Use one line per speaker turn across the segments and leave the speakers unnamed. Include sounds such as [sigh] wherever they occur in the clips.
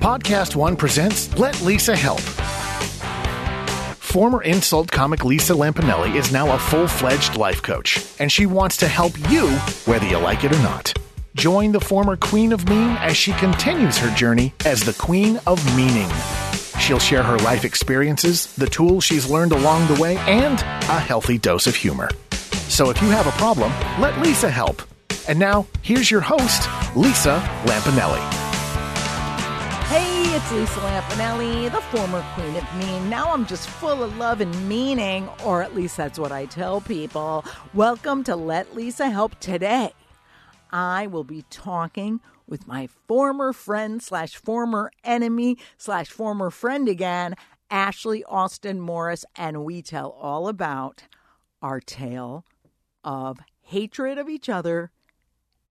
Podcast One presents Let Lisa Help. Former insult comic Lisa Lampanelli is now a full fledged life coach, and she wants to help you whether you like it or not. Join the former Queen of Mean as she continues her journey as the Queen of Meaning. She'll share her life experiences, the tools she's learned along the way, and a healthy dose of humor. So if you have a problem, let Lisa help. And now, here's your host, Lisa Lampanelli.
Hey, it's Lisa Lampanelli, the former queen of mean. Now I'm just full of love and meaning, or at least that's what I tell people. Welcome to Let Lisa Help Today. I will be talking with my former friend slash former enemy slash former friend again, Ashley Austin Morris, and we tell all about our tale of hatred of each other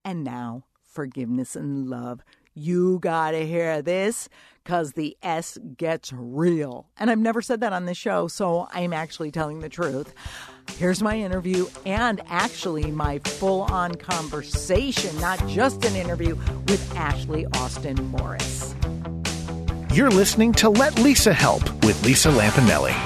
and now forgiveness and love. You gotta hear this because the S gets real. And I've never said that on the show, so I'm actually telling the truth. Here's my interview and actually my full on conversation, not just an interview with Ashley Austin Morris.
You're listening to Let Lisa Help with Lisa Lampanelli.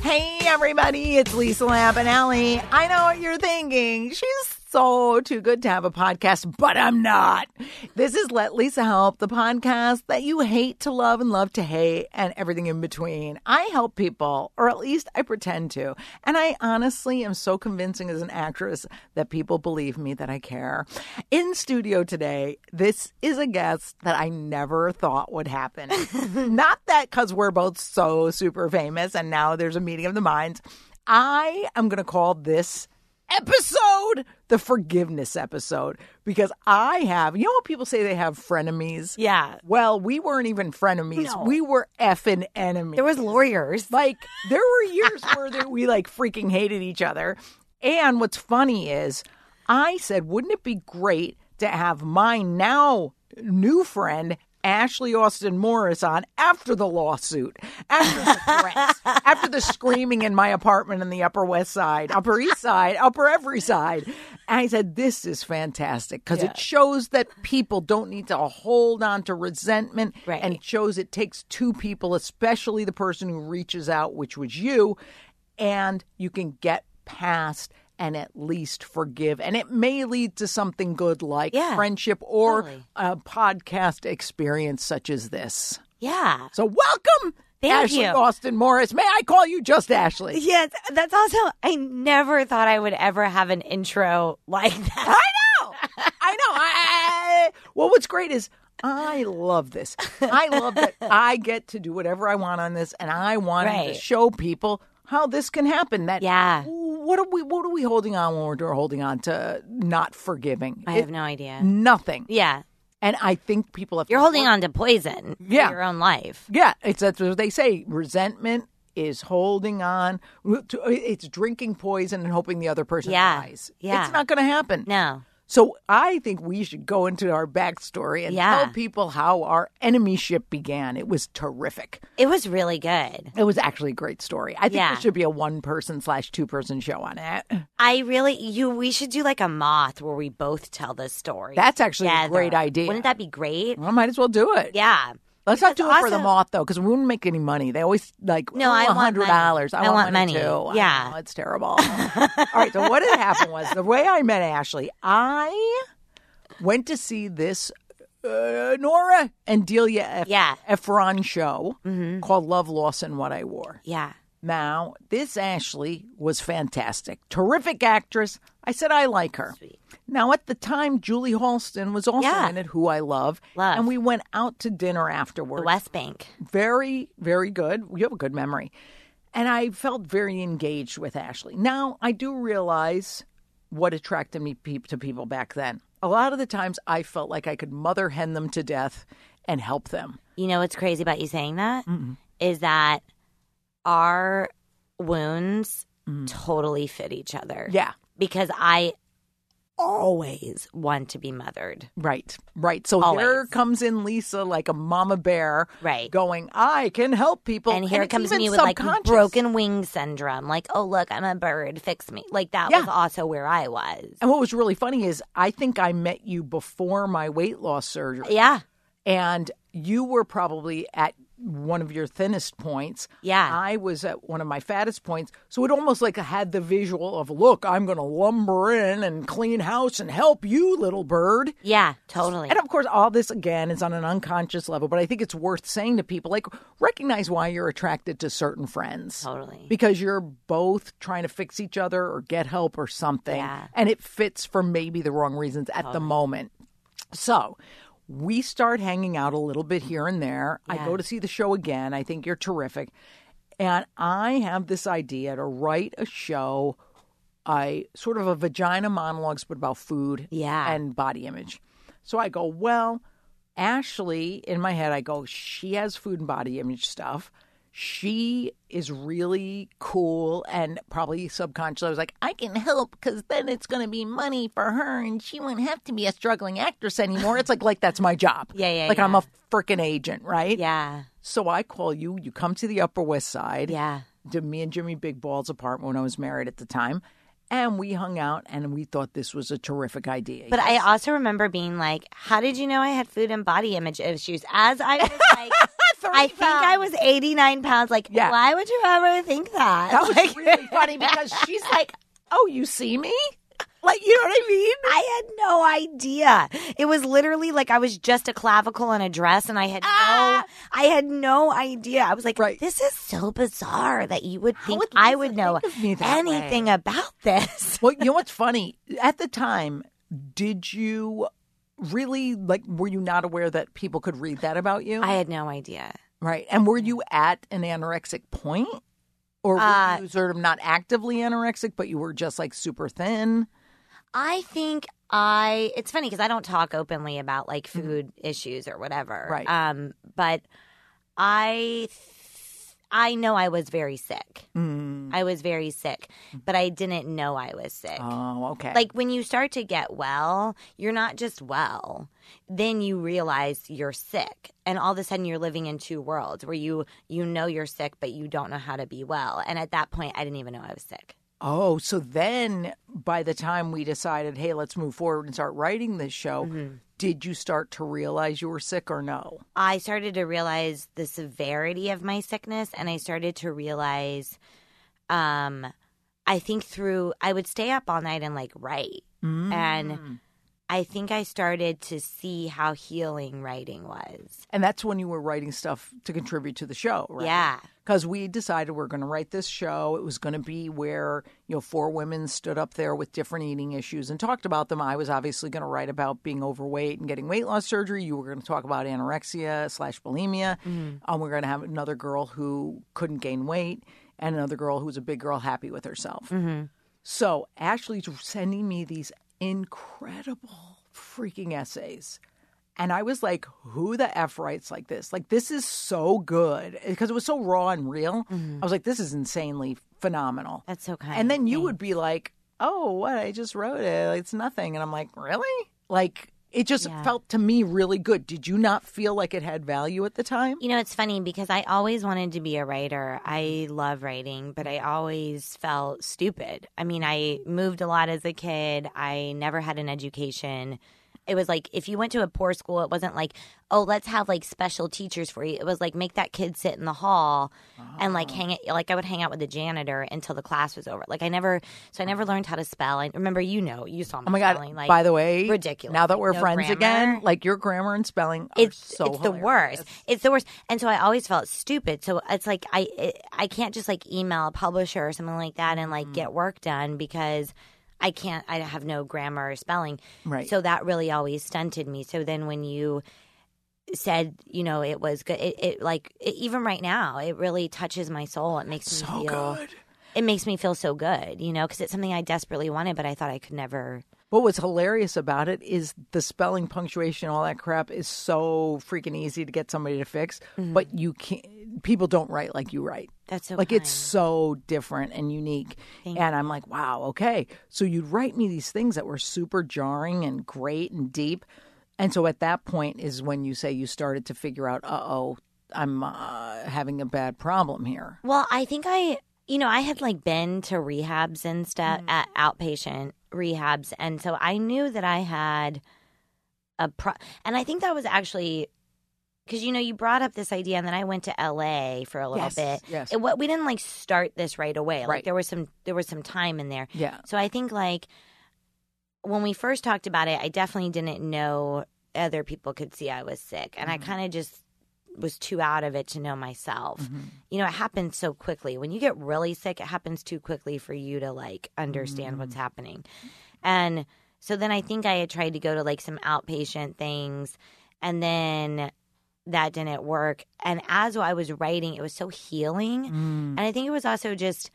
Hey, everybody, it's Lisa Lampanelli. I know what you're thinking. She's so too good to have a podcast, but I'm not. This is Let Lisa Help, the podcast that you hate to love and love to hate and everything in between. I help people, or at least I pretend to. And I honestly am so convincing as an actress that people believe me that I care. In studio today, this is a guest that I never thought would
[laughs]
happen. not that because we're both so super famous and now there's a meeting of the minds. I am going to call this episode the forgiveness episode because I have, you know, what people say they have frenemies?
Yeah.
Well, we weren't even frenemies.
No.
We were effing enemies.
There was lawyers.
Like there were years where that we like freaking hated each other. And what's funny is I said, wouldn't it be great to have my now new friend Ashley Austin Morris on after the lawsuit, after the threats, after the screaming in my apartment in the Upper West Side, Upper East Side, Upper Every Side. And I said, this is fantastic because it shows that people don't need to hold on to resentment
Right.
and shows it takes two people, especially the person who reaches out, which was you, and you can get past and at least forgive. And it may lead to something good like
Yeah,
friendship or
totally.
a podcast experience such as this.
Yeah.
So, welcome,
Thank
Ashley
you.
Austin Morris. May I call you just Ashley?
Yes, that's also I never thought I would ever have an intro like that.
I know. I know. I, I- well, what's great is I love this. I love
[laughs]
that I get to do whatever I want on this, and I want to
Right.
show people how this can happen. That
Yeah.
What are we? What are we holding on when we're holding on to not forgiving?
I
It-
have no idea.
nothing.
Yeah.
And I think people have.
You're holding on to poison
Yeah.
for your own life.
Yeah, it's that's what they say. Resentment is holding on. To, it's drinking poison and hoping the other person
Yeah.
dies.
Yeah.
it's not going to happen.
No.
So I think we should go into our backstory and
Yeah.
tell people how our enemyship began. It was terrific.
It was really good.
It was actually a great story. I think
Yeah.
there should be a one person slash two person show on it.
I really you we should do like a moth where we both tell this story.
That's actually a
together.
great idea.
Wouldn't that be great?
Well, might as well do it.
Yeah.
Let's not do it
Because
for the
also-
moth though, because we wouldn't make any money. They always like
No,
oh,
I want
hundred dollars.
money. I want money.
too. I
Yeah.
know, it's terrible. All right, so what had happened was the way I met Ashley, I went to see this uh, Nora and Delia Ef-
Yeah.
Efron show
Mm-hmm.
called Love, Loss, and What I Wore.
Yeah.
Now, this Ashley was fantastic, terrific actress. I said I like her. Now, at the time, Julie Halston was also
Yeah.
in it, who I love.
Love.
And we went out to dinner
The
afterwards
West Bank.
very, very good. You have a good memory. And I felt very engaged with Ashley. Now, I do realize what attracted me peop to people back then. A lot of the times I felt like I could mother hen them to death and help them.
You know what's crazy about you saying that is that our wounds totally fit each other.
Mm. Yeah.
Because I always want to be mothered.
Right, right. So here
Always.
comes in Lisa like a mama bear,
Right.
going, "I can help people."
and here
it's
comes
even
me with like
subconscious.
broken wing syndrome. Like, oh, look, I'm a bird. Fix me. Like, that
Yeah.
was also where I was.
And what was really funny is I think I met you before my weight loss surgery,
Yeah.
and you were probably at one of your thinnest points.
Yeah.
I was at one of my fattest points. So it almost like had the visual of, "Look, I'm going to lumber in and clean house and help you, little bird."
Yeah. Totally.
And of course, all this again is on an unconscious level, but I think it's worth saying to people like, recognize why you're attracted to certain friends.
Totally.
Because you're both trying to fix each other or get help or something.
Yeah.
And it fits for maybe the wrong reasons at the moment. So we start hanging out a little bit here and there. I go to see the show again. I think you're terrific. And I have this idea to write a show, I sort of a vagina monologues, but about food
Yeah.
and body image. So I go, well, Ashley, in my head, I go, she has food and body image stuff. She is really cool and probably subconsciously I was like, I can help because then it's going to be money for her and she won't have to be a struggling actress anymore. It's like, like that's my job.
Yeah, yeah,
Like I'm a freaking agent, right?
yeah.
So I call you. You come to the Upper West Side
Yeah.
to me and Jimmy Big Ball's apartment when I was married at the time. And we hung out and we thought this was a terrific idea.
But I also remember being like, how did you know I had food and body image issues? As I was like,
[laughs]
I think I was 89 pounds. Like,
Yeah.
why would you ever think that?
that [laughs] was
Like, [laughs]
really funny because she's like, Oh, you see me? Like, you know what I mean?
I had no idea. It was literally like I was just a clavicle and a dress, and I had no, I had no idea. I was like,
Ah! Right.
"This is so bizarre that you would think
would
I
Lisa
would know
think of me that
anything about
[laughs]
this."
Well, you know what's funny? At the time, did you really like were you not aware that people could read that about you?
I had no idea.
right. And were you at an anorexic point? Or were
Uh,
you sort of not actively anorexic, but you were just like super thin?
I think I. It's funny because I don't talk openly about like food issues or whatever.
Mm-hmm. Right.
Um. But I. I know I was very sick.
Mm.
I was very sick, but I didn't know I was sick.
Oh, okay.
Like when you start to get well, you're not just well. Then you realize you're sick, and all of a sudden you're living in two worlds where you you know you're sick, but you don't know how to be well. And at that point, I didn't even know I was sick.
Oh, so then by the time we decided, hey, let's move forward and start writing this show, did you start to realize you were sick or no?
I started to realize the severity of my sickness, and I started to realize, um, I think through I would stay up all night and like write,
Mm.
and I think I started to see how healing writing was.
And that's when you were writing stuff to contribute to the show, right?
Yeah.
Because we decided we're going to write this show. It was going to be where, you know, four women stood up there with different eating issues and talked about them. I was obviously going to write about being overweight and getting weight loss surgery. You were going to talk about anorexia slash bulimia. Um, we're going to have another girl who couldn't gain weight and another girl who was a big girl happy with herself. So Ashley's sending me these incredible freaking essays. And I was like, who the F writes like this? Like, this is so good because it was so raw and real.
Mm-hmm.
I was like, this is insanely phenomenal.
That's so kind.
and then you would be like, oh, what? I just wrote it. It's nothing. And I'm like, really? Like, it just felt to me really good. Did you not feel like it had value at the time?
You know, it's funny because I always wanted to be a writer. I love writing, but I always felt stupid. I mean, I moved a lot as a kid. I never had an education. It was like if you went to a poor school, it wasn't like, oh, let's have like special teachers for you. It was like make that kid sit in the hall and like
Ah.
hang it. Like I would hang out with the janitor until the class was over. Like I never, so I never learned how to spell. I remember, you know, you saw my
Oh my God.
spelling. Like
By the way,
ridiculous.
Now that
Like,
we're
no
friends
grammar
again, like your grammar and spelling are
it's
so
it's the
hilarious.
worst. It's the worst. And so I always felt stupid. So it's like I it, I can't just like email a publisher or something like that and
Mm-hmm.
like get work done because I can't. I have no grammar or spelling.
Right.
So that really always stunted me. So then when you said you know it was good it, it like it, even right now it really touches my soul it makes
So
me feel
good.
it makes me feel so good you know because it's something i desperately wanted but i thought i could never
But what's hilarious about it is the spelling, punctuation, all that crap is so freaking easy to get somebody to fix. But you can't. People don't write like you write.
That's so
like it's
kind.
so different and unique. and I'm like, wow, okay. So you'd write me these things that were super jarring and great and deep. And so at that point is when you say you started to figure out, uh oh, I'm uh, having a bad problem here.
Well, I think I, you know, I had like been to rehabs and stuff
Mm.
at outpatient rehabs, and so I knew that I had a pro. And I think that was actually because you know you brought up this idea, and then I went to LA for a little
Yes,
bit.
yes.
It, what we didn't like start this right away. Like
Right.
there was some there was some time in there.
Yeah.
So I think like when we first talked about it, I definitely didn't know other people could see I was sick, and I kind of just was too out of it to know myself. You know, it happens so quickly. When you get really sick, it happens too quickly for you to like understand what's happening. And so then I think I had tried to go to like some outpatient things and then that didn't work. And as I was writing, it was so healing. And I think it was also just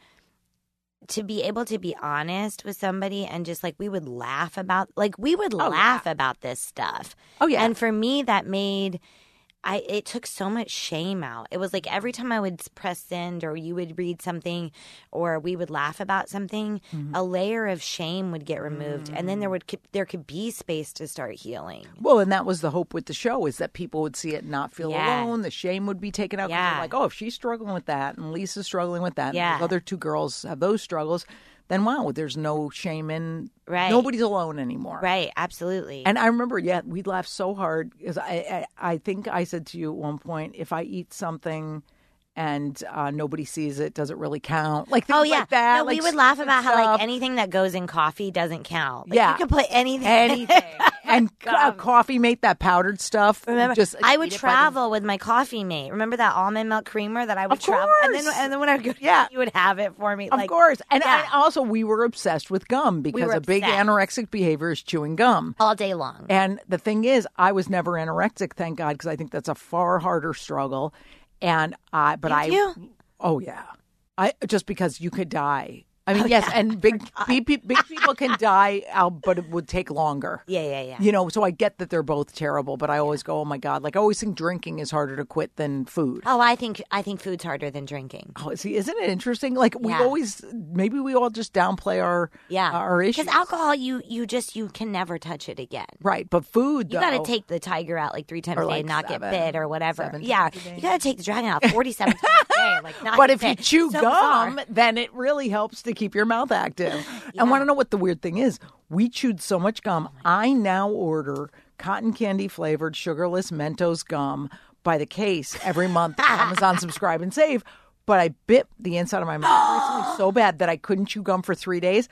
to be able to be honest with somebody and just like we would laugh about like we would laugh about this stuff.
Oh, yeah.
And for me that made I it took so much shame out. It was like every time I would press send or you would read something or we would laugh about something,
Mm-hmm.
a layer of shame would get removed and then there
Mm.
would there could be space to start healing.
Well, and that was the hope with the show is that people would see it and not feel
Yeah.
alone. The shame would be taken out. 'cause
Yeah.
they're Like, oh, if she's struggling with that and Lisa's struggling with that and
Yeah.
those other two girls have those struggles, then wow, there's no shame in
Right.
nobody's alone anymore.
Right, absolutely.
And I remember, yeah, we laughed so hard because I, I, I think I said to you at one point, if I eat something and uh, nobody sees it, does it really count? Like things
Oh yeah,
like that.
no,
like
we would laugh
stupid
about how
stuff.
like anything that goes in coffee doesn't count. Like,
Yeah.
you could put anything.
anything. and uh, coffee mate that powdered stuff. just
[laughs] I would
eat it by the-
travel with my coffee mate. Remember that almond milk creamer that I would
Of
travel, and then
course.
and then when I would go, [laughs]
Yeah.
you would have it for me.
Of
like,
course. And,
yeah.
and also, we were obsessed with gum because
were
a big
obsessed.
anorexic behavior is chewing gum.
all day long.
And the thing is, I was never anorexic, thank God, because I think that's a far harder struggle. And I, but I,
you?
oh yeah, I just because you could die. I
Oh,
mean, yes, and
[laughs]
big, big pe- big people can die, uh, but it would take longer.
yeah, [laughs] yeah, yeah.
You know, so I get that they're both terrible, but I always go, oh my God. Like, I always think drinking is harder to quit than food.
Oh, I think I think food's harder than drinking.
Oh, see, isn't it interesting? Like we
Yeah.
always, maybe we all just downplay our
Yeah,
our Uh, issues,
because alcohol, you you just you can never touch it again.
right? But food,
You got to
though-
take the tiger out like three times
Or
a day,
like
and not
seven-
get bit or whatever.
seven
Yeah,
times a day.
you got to take the dragon out forty-seven times a day, like not
But
get
if you
bit.
chew
So bizarre.
gum, then it really helps to keep your mouth active.
[laughs]
And want to know what the weird thing is? We chewed so much gum.
Oh
I now order cotton candy flavored sugarless Mentos gum by the case every
[laughs]
month. on Amazon subscribe and save. But I bit the inside of my mouth
[gasps]
recently so bad that I couldn't chew gum for three days.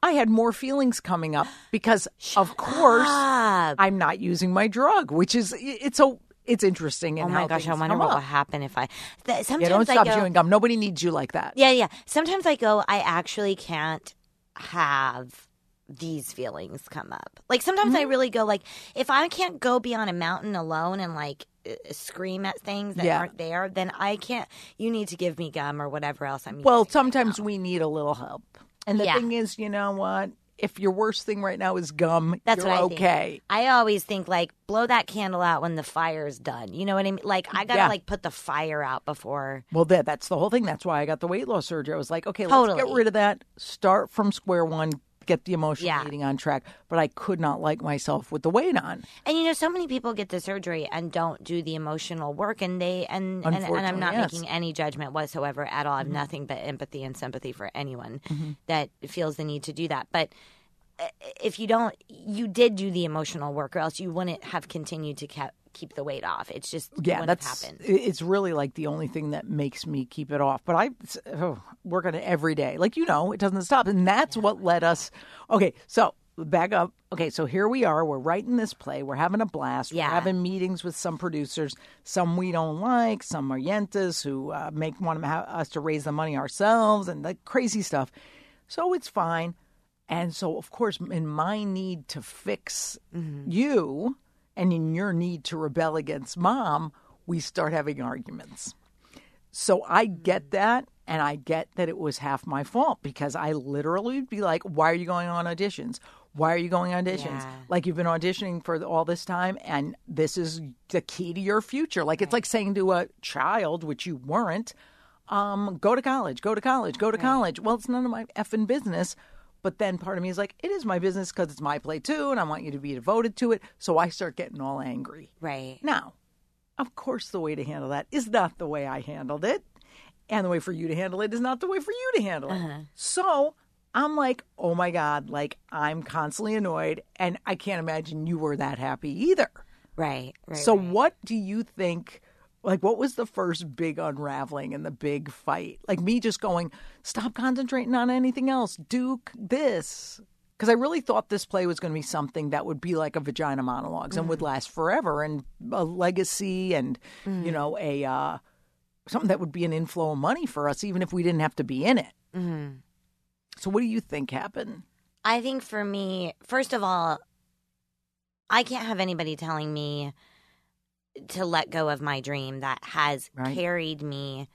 I had more feelings coming up because, of course,
Um,
I'm not using my drug, which is it's so it's interesting. And
Oh my gosh, I wonder what would happen if I. Th- sometimes
Yeah, don't
I
stop
go,
chewing gum. Nobody needs you like that.
Yeah, yeah. Sometimes I go, I actually can't have these feelings come up. Like sometimes
Mm-hmm.
I really go, like if I can't go be on a mountain alone and like uh, scream at things that
Yeah.
aren't there, then I can't. You need to give me gum or whatever else I'm.
Well, sometimes we need a little help. And the
Yeah.
thing is, you know what? If your worst thing right now is gum,
That's
you're
what I think.
okay.
I always think like blow that candle out when the fire's done. You know what I mean? Like I gotta
Yeah.
like put the fire out before.
Well, that, that's the whole thing. That's why I got the weight loss surgery. I was like, okay, let's get
Totally.
rid of that. Start from square one. Get the emotional
Yeah.
eating on track. But I could not like myself with the weight on.
And you know, so many people get the surgery and don't do the emotional work, and they and and, and I'm
Unfortunately,
not
yes. Mm-hmm.
making any judgment whatsoever at all. I have nothing but empathy and sympathy for anyone that feels the need to do that. But uh, if you don't, you did do the emotional work, or else you wouldn't have continued to kept, keep the weight off. It's just
Yeah,
wouldn't have
that's
happened.
i- it's really like the only thing that makes me keep it off. But I it's- oh, work on it every day. Like you know, it doesn't stop, and that's what led us. Okay, so back up. Okay, so here we are. We're writing this play. We're having a blast.
Yeah.
We're having meetings with some producers. Some we don't like. Some are yentas who uh, make want to ha- us to raise the money ourselves and like crazy stuff. So it's fine. And so, of course, in my need to fix you and in your need to rebel against mom, we start having arguments. So I get that. And I get that it was half my fault because I literally would be like, why are you going on auditions? Why are you going auditions?
Yeah.
Like you've been auditioning for all this time, and this is the key to your future. Like it's like saying to a child, which you weren't, um, go to college, go to college, go to college. Well, it's none of my effing business. But then part of me is like, it is my business because it's my play too, and I want you to be devoted to it. So I start getting all angry.
Right.
Now, of course, the way to handle that is not the way I handled it. And the way for you to handle it is not the way for you to handle it. So I'm like, oh my God, like I'm constantly annoyed. And I can't imagine you were that happy either.
Right. Right.
so,
right.
what do you think? Like, what was the first big unraveling and the big fight? Like, me just going, stop concentrating on anything else, do c- this. Because I really thought this play was going to be something that would be like a vagina monologues and would last forever and a legacy and, you know, a uh, something that would be an inflow of money for us, even if we didn't have to be in it. So, what do you think happened?
I think for me, first of all, I can't have anybody telling me to let go of my dream that has
Right. Mm-hmm.
carried me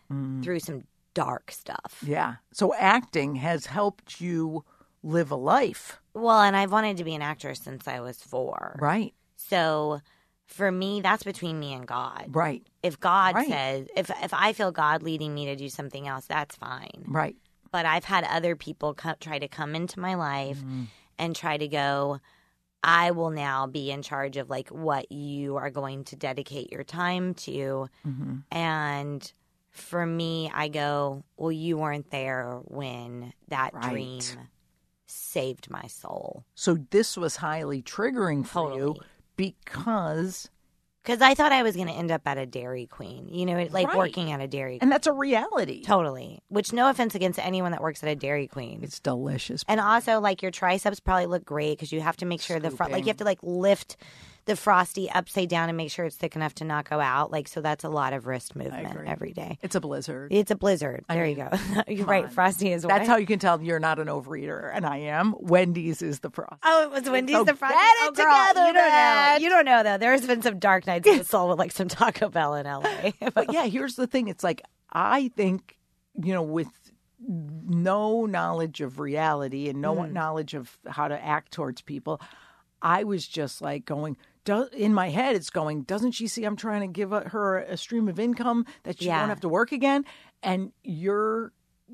through some dark stuff.
Yeah. So, acting has helped you live a life.
Well, and I've wanted to be an actress since I was four.
Right.
So for me, that's between me and God.
Right.
If God
Right.
says, if if I feel God leading me to do something else, that's fine.
Right.
But I've had other people co- try to come into my life
Mm-hmm.
and try to go. I will now be in charge of like what you are going to dedicate your time to.
Mm-hmm.
And for me, I go, well, you weren't there when that
Right.
dream saved my soul.
So this was highly triggering for you
Totally.
because,
Because I thought I was going to end up at a Dairy Queen, you know, like
Right.
working at a Dairy Queen.
and that's a reality.
Totally. Which, no offense against anyone that works at a Dairy Queen.
It's delicious.
and also, like, your triceps probably look great because you have to make sure the front, like,
Scooping.
you have to, like, lift the frosty upside down and make sure it's thick enough to not go out. Like, so that's a lot of wrist movement
agree.
every day.
It's a blizzard.
It's a blizzard. There you go. [laughs] You're right. Frosty is
That's
what?
how you can tell you're not an overeater, and I am. Wendy's is the frost.
Oh, it was Wendy's
So
the Friday.
get
oh,
it
girl,
together,
you don't know.
Matt.
You don't know though. There's been some dark nights in the soul with like some Taco Bell in [laughs] LA.
But yeah, here's the thing. It's like I think, you know, with no knowledge of reality and no
Mm.
knowledge of how to act towards people, I was just like going do- in my head. It's going. Doesn't she see I'm trying to give a- her a stream of income that she
Yeah.
won't have to work again? And you're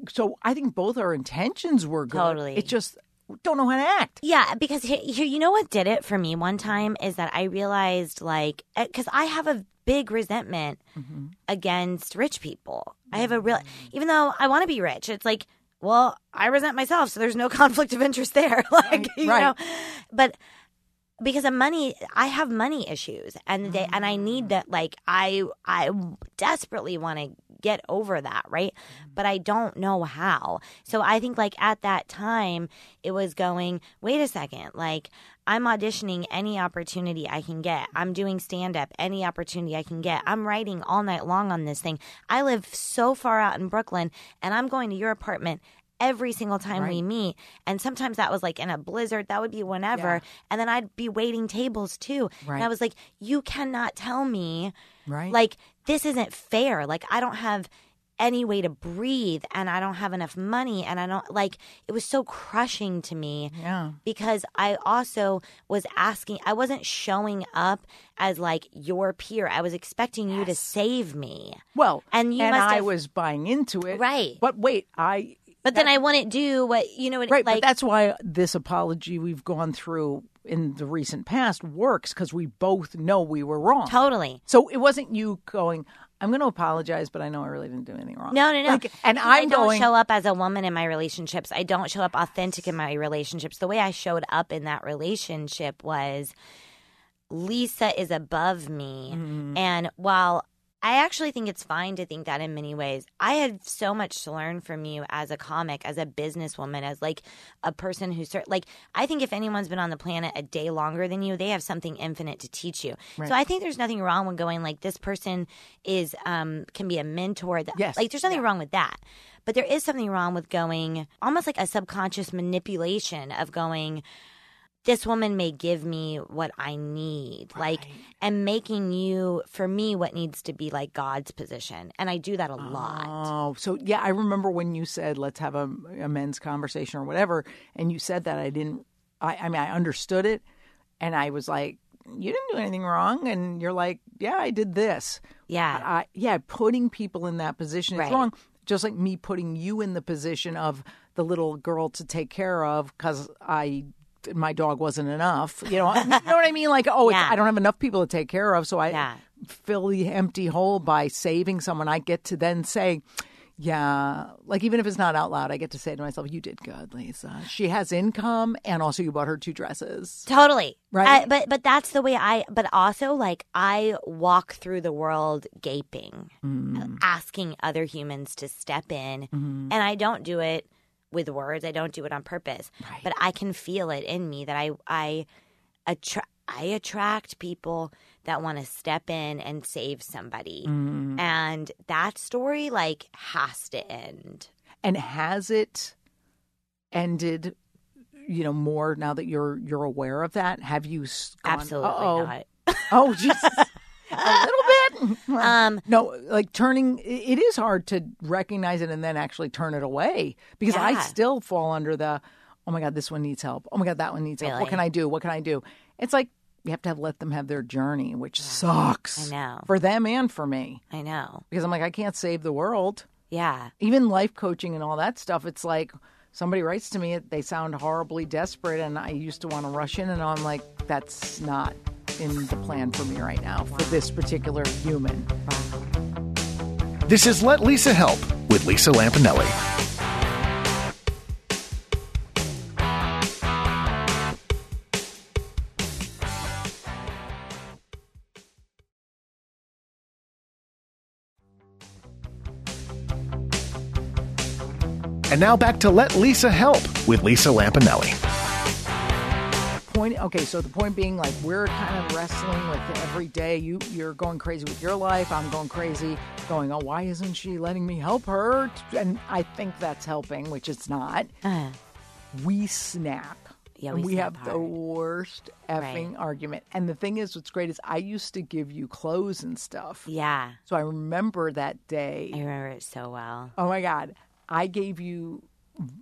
so I think both our intentions were good.
Totally.
It just don't know how to act.
Yeah, because he, he- you know what did it for me one time is that I realized like because I have a big resentment
Mm-hmm.
against rich people. I have a real
Mm.
even though I want to be rich, it's like well I resent myself, so there's no [laughs] conflict of interest there. [laughs] like you
right.
know, but because of money, I have money issues, and they and I need that. Like I I desperately want to get over that, right? But I don't know how. So I think like at that time, it was going. Wait a second, like. I'm auditioning any opportunity I can get. I'm doing stand up any opportunity I can get. I'm writing all night long on this thing. I live so far out in Brooklyn and I'm going to your apartment every single time we meet. And sometimes that was like in a blizzard, that would be whenever. And then I'd be waiting tables too.
Right.
And I was like, you cannot tell me,
Right.
like, this isn't fair. Like, I don't have any way to breathe and I don't have enough money. And I don't, like, it was so crushing to me
yeah.
because I also was asking, I wasn't showing up as like your peer. I was expecting you to save me.
Well,
And you must
I
have-
was buying into it,
Right.
But wait, I
But then I wouldn't do what, you know, what
Right,
like,
but that's why this apology we've gone through in the recent past works because we both know we were wrong.
totally.
so it wasn't you going, I'm going to apologize, but I know I really didn't do anything wrong.
No, no, no.
Like, and
Because I
I'm
don't
going,
show up as a woman in my relationships. I don't show up authentic in my relationships. The way I showed up in that relationship was Lisa is above me. And while I actually think it's fine to think that in many ways, I had so much to learn from you as a comic, as a businesswoman, as like a person who cer like I think if anyone's been on the planet a day longer than you, they have something infinite to teach you. So I think there's nothing wrong with going like this person is um can be a mentor that
Yes.
like there's nothing wrong with that. But there is something wrong with going almost like a subconscious manipulation of going this woman may give me what I need, like, and making you, for me, what needs to be like God's position. And I do that a lot.
Oh, so yeah, I remember when you said let's have a, a men's conversation or whatever, and you said that I didn't. I, I mean, I understood it, and I was like, "You didn't do anything wrong," and you're like, "Yeah, I did this."
Yeah.
I, yeah, putting people in that position is
Right.
wrong. [laughs] Just like me putting you in the position of the little girl to take care of because I my dog wasn't enough. You know, you know what I mean? Like, oh, it's-
[laughs] Yeah.
I don't have enough people to take care of, so I
Yeah.
fill the empty hole by saving someone. I get to then say. Yeah, like even if it's not out loud, I get to say to myself, "You did good, Lisa. She has income, and also you bought her two dresses."
Totally.
Right?
Uh, but but that's the way I but also like I walk through the world gaping,
Mm.
uh, asking other humans to step in,
Mm-hmm.
and I don't do it with words. I don't do it on purpose. But I can feel it in me that I I attra- I attract people that want to step in and save somebody.
Mm.
And that story like has to end.
And has it ended? You know, more now that you're you're aware of that. Have you s- gone,
Absolutely
"Uh-oh."
not.
Oh,
[laughs]
Jesus. a little bit.
Um,
no, like turning, i- it is hard to recognize it and then actually turn it away because I
Yeah.
still fall under the, oh my God, this one needs help. Oh my God, that one needs help. What
Really?
can I do? What can I do? It's like you have to have let them have their journey, which sucks
I know.
for them and for me
I know.
because I'm like, I can't save the world.
Yeah.
Even life coaching and all that stuff, it's like somebody writes to me, they sound horribly desperate, and I used to want to rush in, and I'm like, that's not in the plan for me right now for this particular human.
This is Let Lisa Help with Lisa Lampanelli. And now back to Let Lisa Help with Lisa Lampanelli.
point okay so the point being like we're kind of wrestling with every day you you're going crazy with your life i'm going crazy going oh why isn't she letting me help her and i think that's helping which it's not
Uh,
we snap
Yeah,
and
we
we
snap
have the
hard.
worst effing argument and the thing is what's great is i used to give you clothes and stuff
yeah.
so i remember that day
I remember it so well.
Oh my God. I gave you.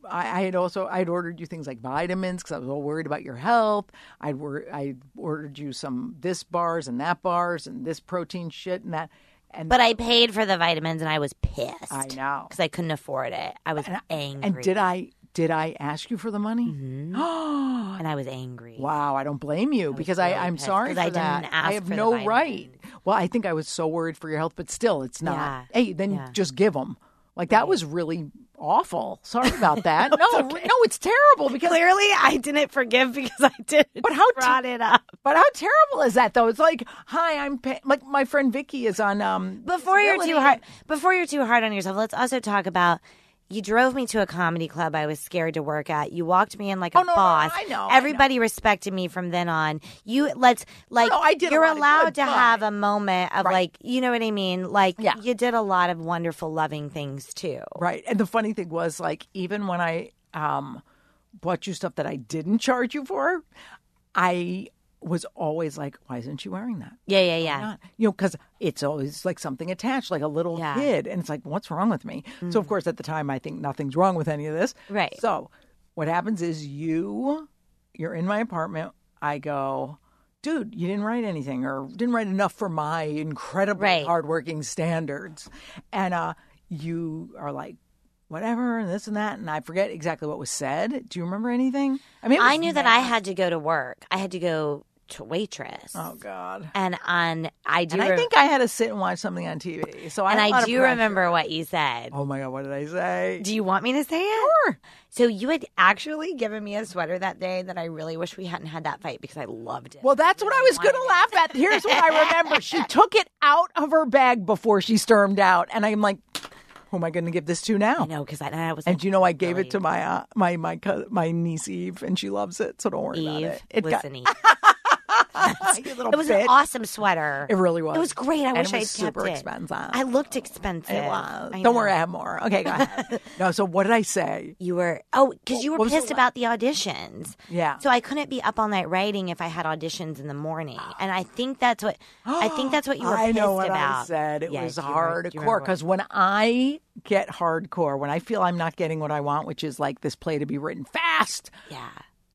I, I had also I had ordered you things like vitamins because I was all worried about your health. I'd wor- I ordered you some this bars and that bars and this protein shit and that. And
But I paid for the vitamins and I was pissed.
I know.
Because I couldn't afford it. I was angry.
and did I did I ask you for the money?
Mm-hmm. And I was angry.
Wow, I don't blame you because I,
really
I'm
pissed
sorry
'cause
for
I
that.
didn't
I
ask
have
for the
no
vitamins.
right. Well, I think I was so worried for your health, but still, it's not.
Yeah.
Hey, then
Yeah.
just give them. Like that was really awful. Sorry
[laughs]
about that. no, no, it's terrible because
Clearly, I didn't forgive because I didn't
[laughs]
but
how t-
brought it up.
But how terrible is that though? It's like, hi, I'm pa- like my friend Vicky is on. um
Before you're too
disability.
hard, before you're too hard on yourself, let's also talk about. You drove me to a comedy club I was scared to work at. You walked me in like a
Oh, no, no,
boss.
I know, I know.
Everybody respected me from then on. You let's like
no, I did a
you're
lot of
allowed
good,
to
fine.
have a moment of like you know what I mean? Like
Yeah.
you did a lot of wonderful loving things too.
Right. And the funny thing was, like, even when I um, bought you stuff that I didn't charge you for, I was always like, why isn't she wearing that?
Yeah, yeah, yeah.
not? You know, because it's always like something attached, like a little
Yeah. Mm-hmm.
kid. And it's like, what's wrong with me? So, of course, at the time, I think nothing's wrong with any of this.
Right.
So, what happens is you, you're in my apartment. I go, dude, you didn't write anything or didn't write enough for my incredibly
Right.
hardworking standards. And uh, you are like, whatever, and this and that. And I forget exactly what was said. Do you remember anything? I mean, it
I
was
knew that I had to go to work. I had to go to waitress.
Oh, God.
And on I do
And I
re-
think I had to sit and watch something on TV. So
and
I, had a lot
I
of
do
pressure.
remember what you said.
Oh my god, what did I say?
Do you want me to say it?
Sure.
So you had actually given me a sweater that day that I really wish we hadn't had that fight because I loved it.
Well, that's what I was going to laugh at. Here's what I remember. She
[laughs]
took it out of her bag before she stormed out, and I'm like, who am I going to give this to
I
now?
know because I, and I was
And
like,
you know, I gave it to my uh, my my cou- my niece Eve, and she loves it. So don't worry about
Eve,
it. It got [laughs]
listen, Eve.
you little
it was
bitch.
an awesome sweater.
It really was.
It was great. I
And
wish
it
I
was
had
super
kept it.
expensive.
I looked expensive.
It was.
I
Don't worry,
know.
I have more. Okay, go
[laughs]
ahead. no. So what did I say?
You were oh, because you were
what was the
pissed about the auditions.
Yeah.
So I couldn't be up all night writing if I had auditions in the morning, and I think that's what I think that's what you were
Ah. [gasps] I
pissed
know what
about.
I said. It
Yeah,
was
do you remember- do you remember
hardcore
what-
because when I get hardcore, when I feel I'm not getting what I want, which is like this play to be written fast,
yeah,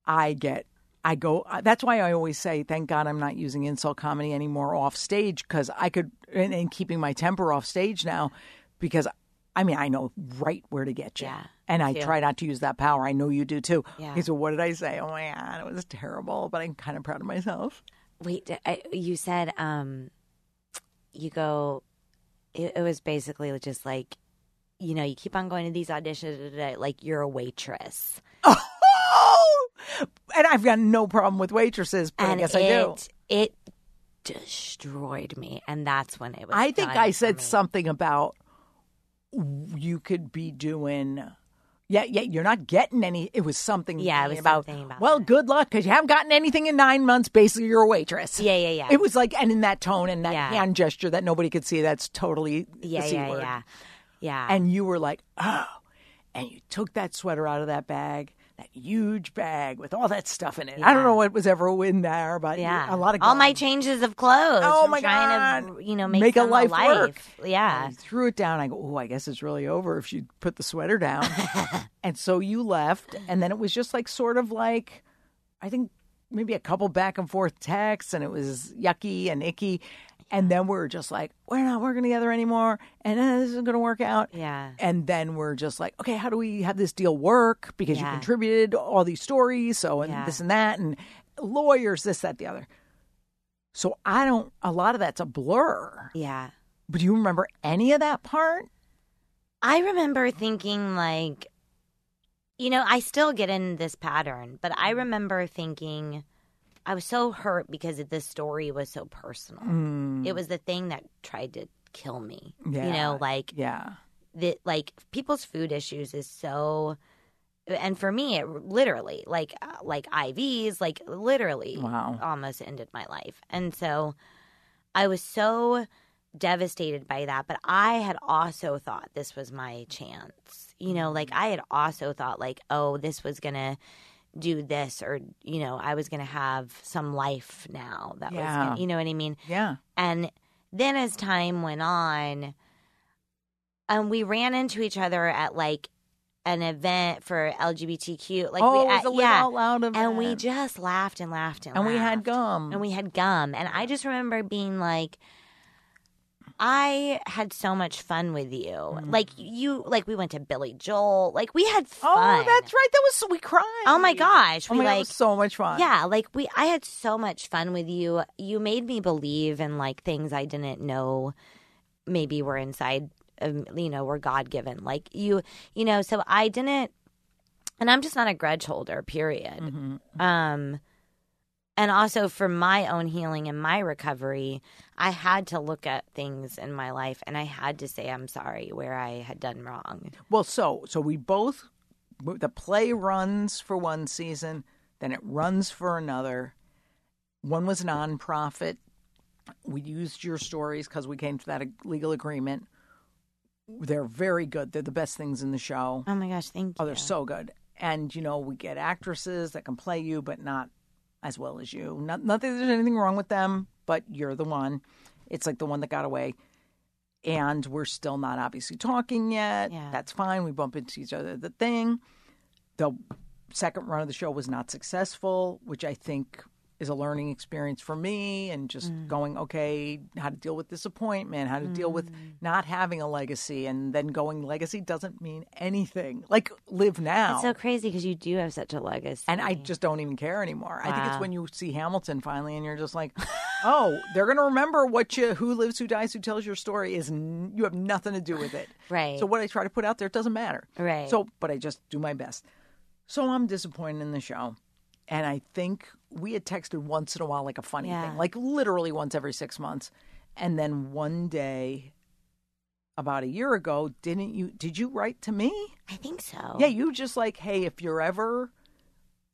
I get I go. uh, That's why I always say, thank God I'm not using insult comedy anymore off stage because I could, and, and keeping my temper off stage now because I mean, I know right where to get you.
Yeah,
and I
too.
try not to use that power. I know you do too.
Yeah.
Okay, so what did I say? Oh my God, it was terrible, but I'm kind of proud of myself. [laughs]
Wait, d- I, you said um, you go. It, it was basically just like, you know, you keep on going to these auditions, da, da, da, like you're a waitress,
Oh! And I've got no problem with waitresses, but
and
I guess
it
I do.
it destroyed me, and that's when it was.
I think
done
I
for
said
me.
something about you could be doing. Yeah, yeah, you're not getting any. It was something.
Yeah, it was
about,
something about
Well,
that.
good luck because you haven't gotten anything in nine months. Basically, you're a waitress.
Yeah, yeah, yeah.
It was like, and in that tone and that
Yeah.
hand gesture that nobody could see. That's totally the
Yeah,
C
yeah,
word.
yeah, yeah.
And you were like, oh, and you took that sweater out of that bag. That huge bag with all that stuff in it. I don't know what was ever in there, but
yeah,
a lot of
all my
gum.
changes of clothes.
Oh
from
my
trying
God.
to, you know, make,
Make a
them
life work.
life. Yeah,
I threw it down. I go, oh, I guess it's really over if she put the sweater down.
[laughs]
and so you left. And then it was just like sort of like, I think maybe a couple back and forth texts, and it was yucky and icky. And then we were just like, we're not working together anymore. And uh, this isn't going to work out.
yeah.
And then we're just like, okay, how do we have this deal work? Because you
Yeah.
contributed all these stories, so and
Yeah.
this and that, and lawyers, this, that, the other. So I don't, a lot of that's a blur.
Yeah.
But do you remember any of that part?
I remember thinking like you know, I still get in this pattern, but
Mm.
I remember thinking I was so hurt because this story was so personal.
Mm,
It was the thing that tried to kill me. You
Yeah.
know, like
Yeah.
the like people's food issues is so and for me it literally like uh, like IVs like literally
Wow.
almost ended my life. And so I was so devastated by that, but I had also thought this was my chance. You know, like
Mm.
I had also thought like, oh, this was going to do this or you know, I was going to have some life now that was
Yeah.
gonna, you know what I mean?
Yeah.
And then as time went on, um, we ran into each other at like an event for LGBTQ. Like
oh, it
we,
was
uh,
a little
yeah.
out loud of
and we just laughed and laughed and
and we had
laughed.
gum.
and we had gum. And I just remember being like, I had so much fun with you. Like you, like we went to Billy Joel. Like we had
Mm. oh,
fun.
that's right. That was so we cried.
Oh my gosh,
Oh
we
my God, that
like
was so much fun.
yeah, like we I had so much fun with you. You made me believe in like things I didn't know maybe were inside um, you know, were God-given. Like you, you know, so I didn't and I'm just not a grudge holder, period.
Mm-hmm,
Um and also for my own healing and my recovery, I had to look at things in my life and I had to say I'm sorry where I had done wrong.
Well, so so we both the play runs for one season, then it runs for another. One was nonprofit. We used your stories because we came to that ag- legal agreement. They're very good. They're the best things in the show.
Oh my gosh, thank you.
Oh, they're so good. And you know, we get actresses that can play you, but not as well as you. Not, not that there's anything wrong with them, but you're the one. It's like the one that got away. And we're still not obviously talking yet.
Yeah.
That's fine. We bump into each other. at The thing. The second run of the show was not successful, which I think is a learning experience for me and just going, okay, how to deal with disappointment, how to deal with not having a legacy, and then going, legacy doesn't mean anything. Like, live now.
It's so crazy because you do have such a legacy.
and I just don't even care anymore. I think it's
Wow.
when you see Hamilton finally, and you're just
[laughs]
like, "Oh, they're going to remember what you, who lives, who dies, who tells your story is. N- you have nothing to do with it,
[laughs] Right.
So what I try to put out there it doesn't matter,
Right.
So, but I just do my best. So I'm disappointed in the show, and I think we had texted once in a while, like a funny
Yeah.
thing, like literally once every six months, and then one day. About a year ago, didn't you? Did you write to me?
I think so.
Yeah, you just like, hey, if you're ever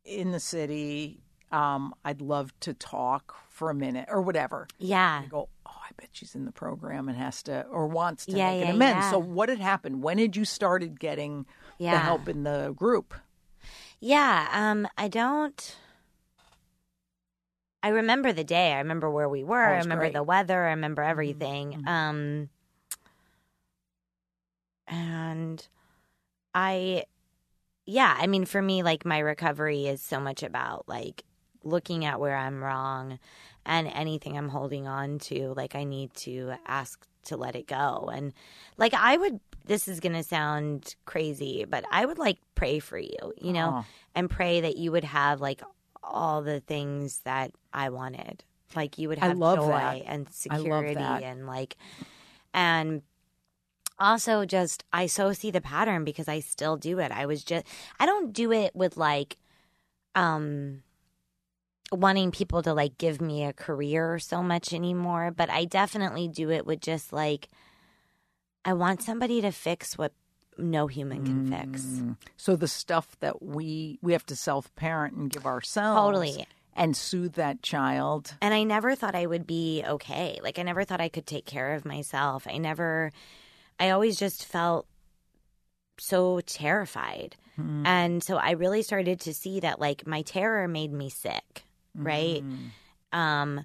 in the city, um, I'd love to talk for a minute or whatever.
Yeah.
I go, oh, I bet she's in the program and has to or wants to
Yeah,
make
yeah,
an amends.
yeah.
So what had happened? When had you started getting the
Yeah.
help in the group?
Yeah. Um, I don't. I remember the day. I remember where we were.
Oh, it
I
was
remember
great. Mm-hmm.
the weather. I remember everything. Um, and I, yeah, I mean, for me, like my recovery is so much about like looking at where I'm wrong and anything I'm holding on to, like I need to ask to let it go. And like I would this is going to sound crazy, but I would like pray for you, you know,
Aw.
and pray that you would have like all the things that I wanted. Like you would
I
have
love
joy
that.
and
I love
security
that.
and like and also just I so see the pattern because I still do it. I was just I don't do it with like um wanting people to like give me a career so much anymore, but I definitely do it with just like I want somebody to fix what no human can
Mm.
fix.
So the stuff that we we have to self parent and give ourselves
Totally.
and soothe that child.
And I never thought I would be okay. Like I never thought I could take care of myself. I never I always just felt so terrified. And so I really started to see that like my terror made me sick, right? Um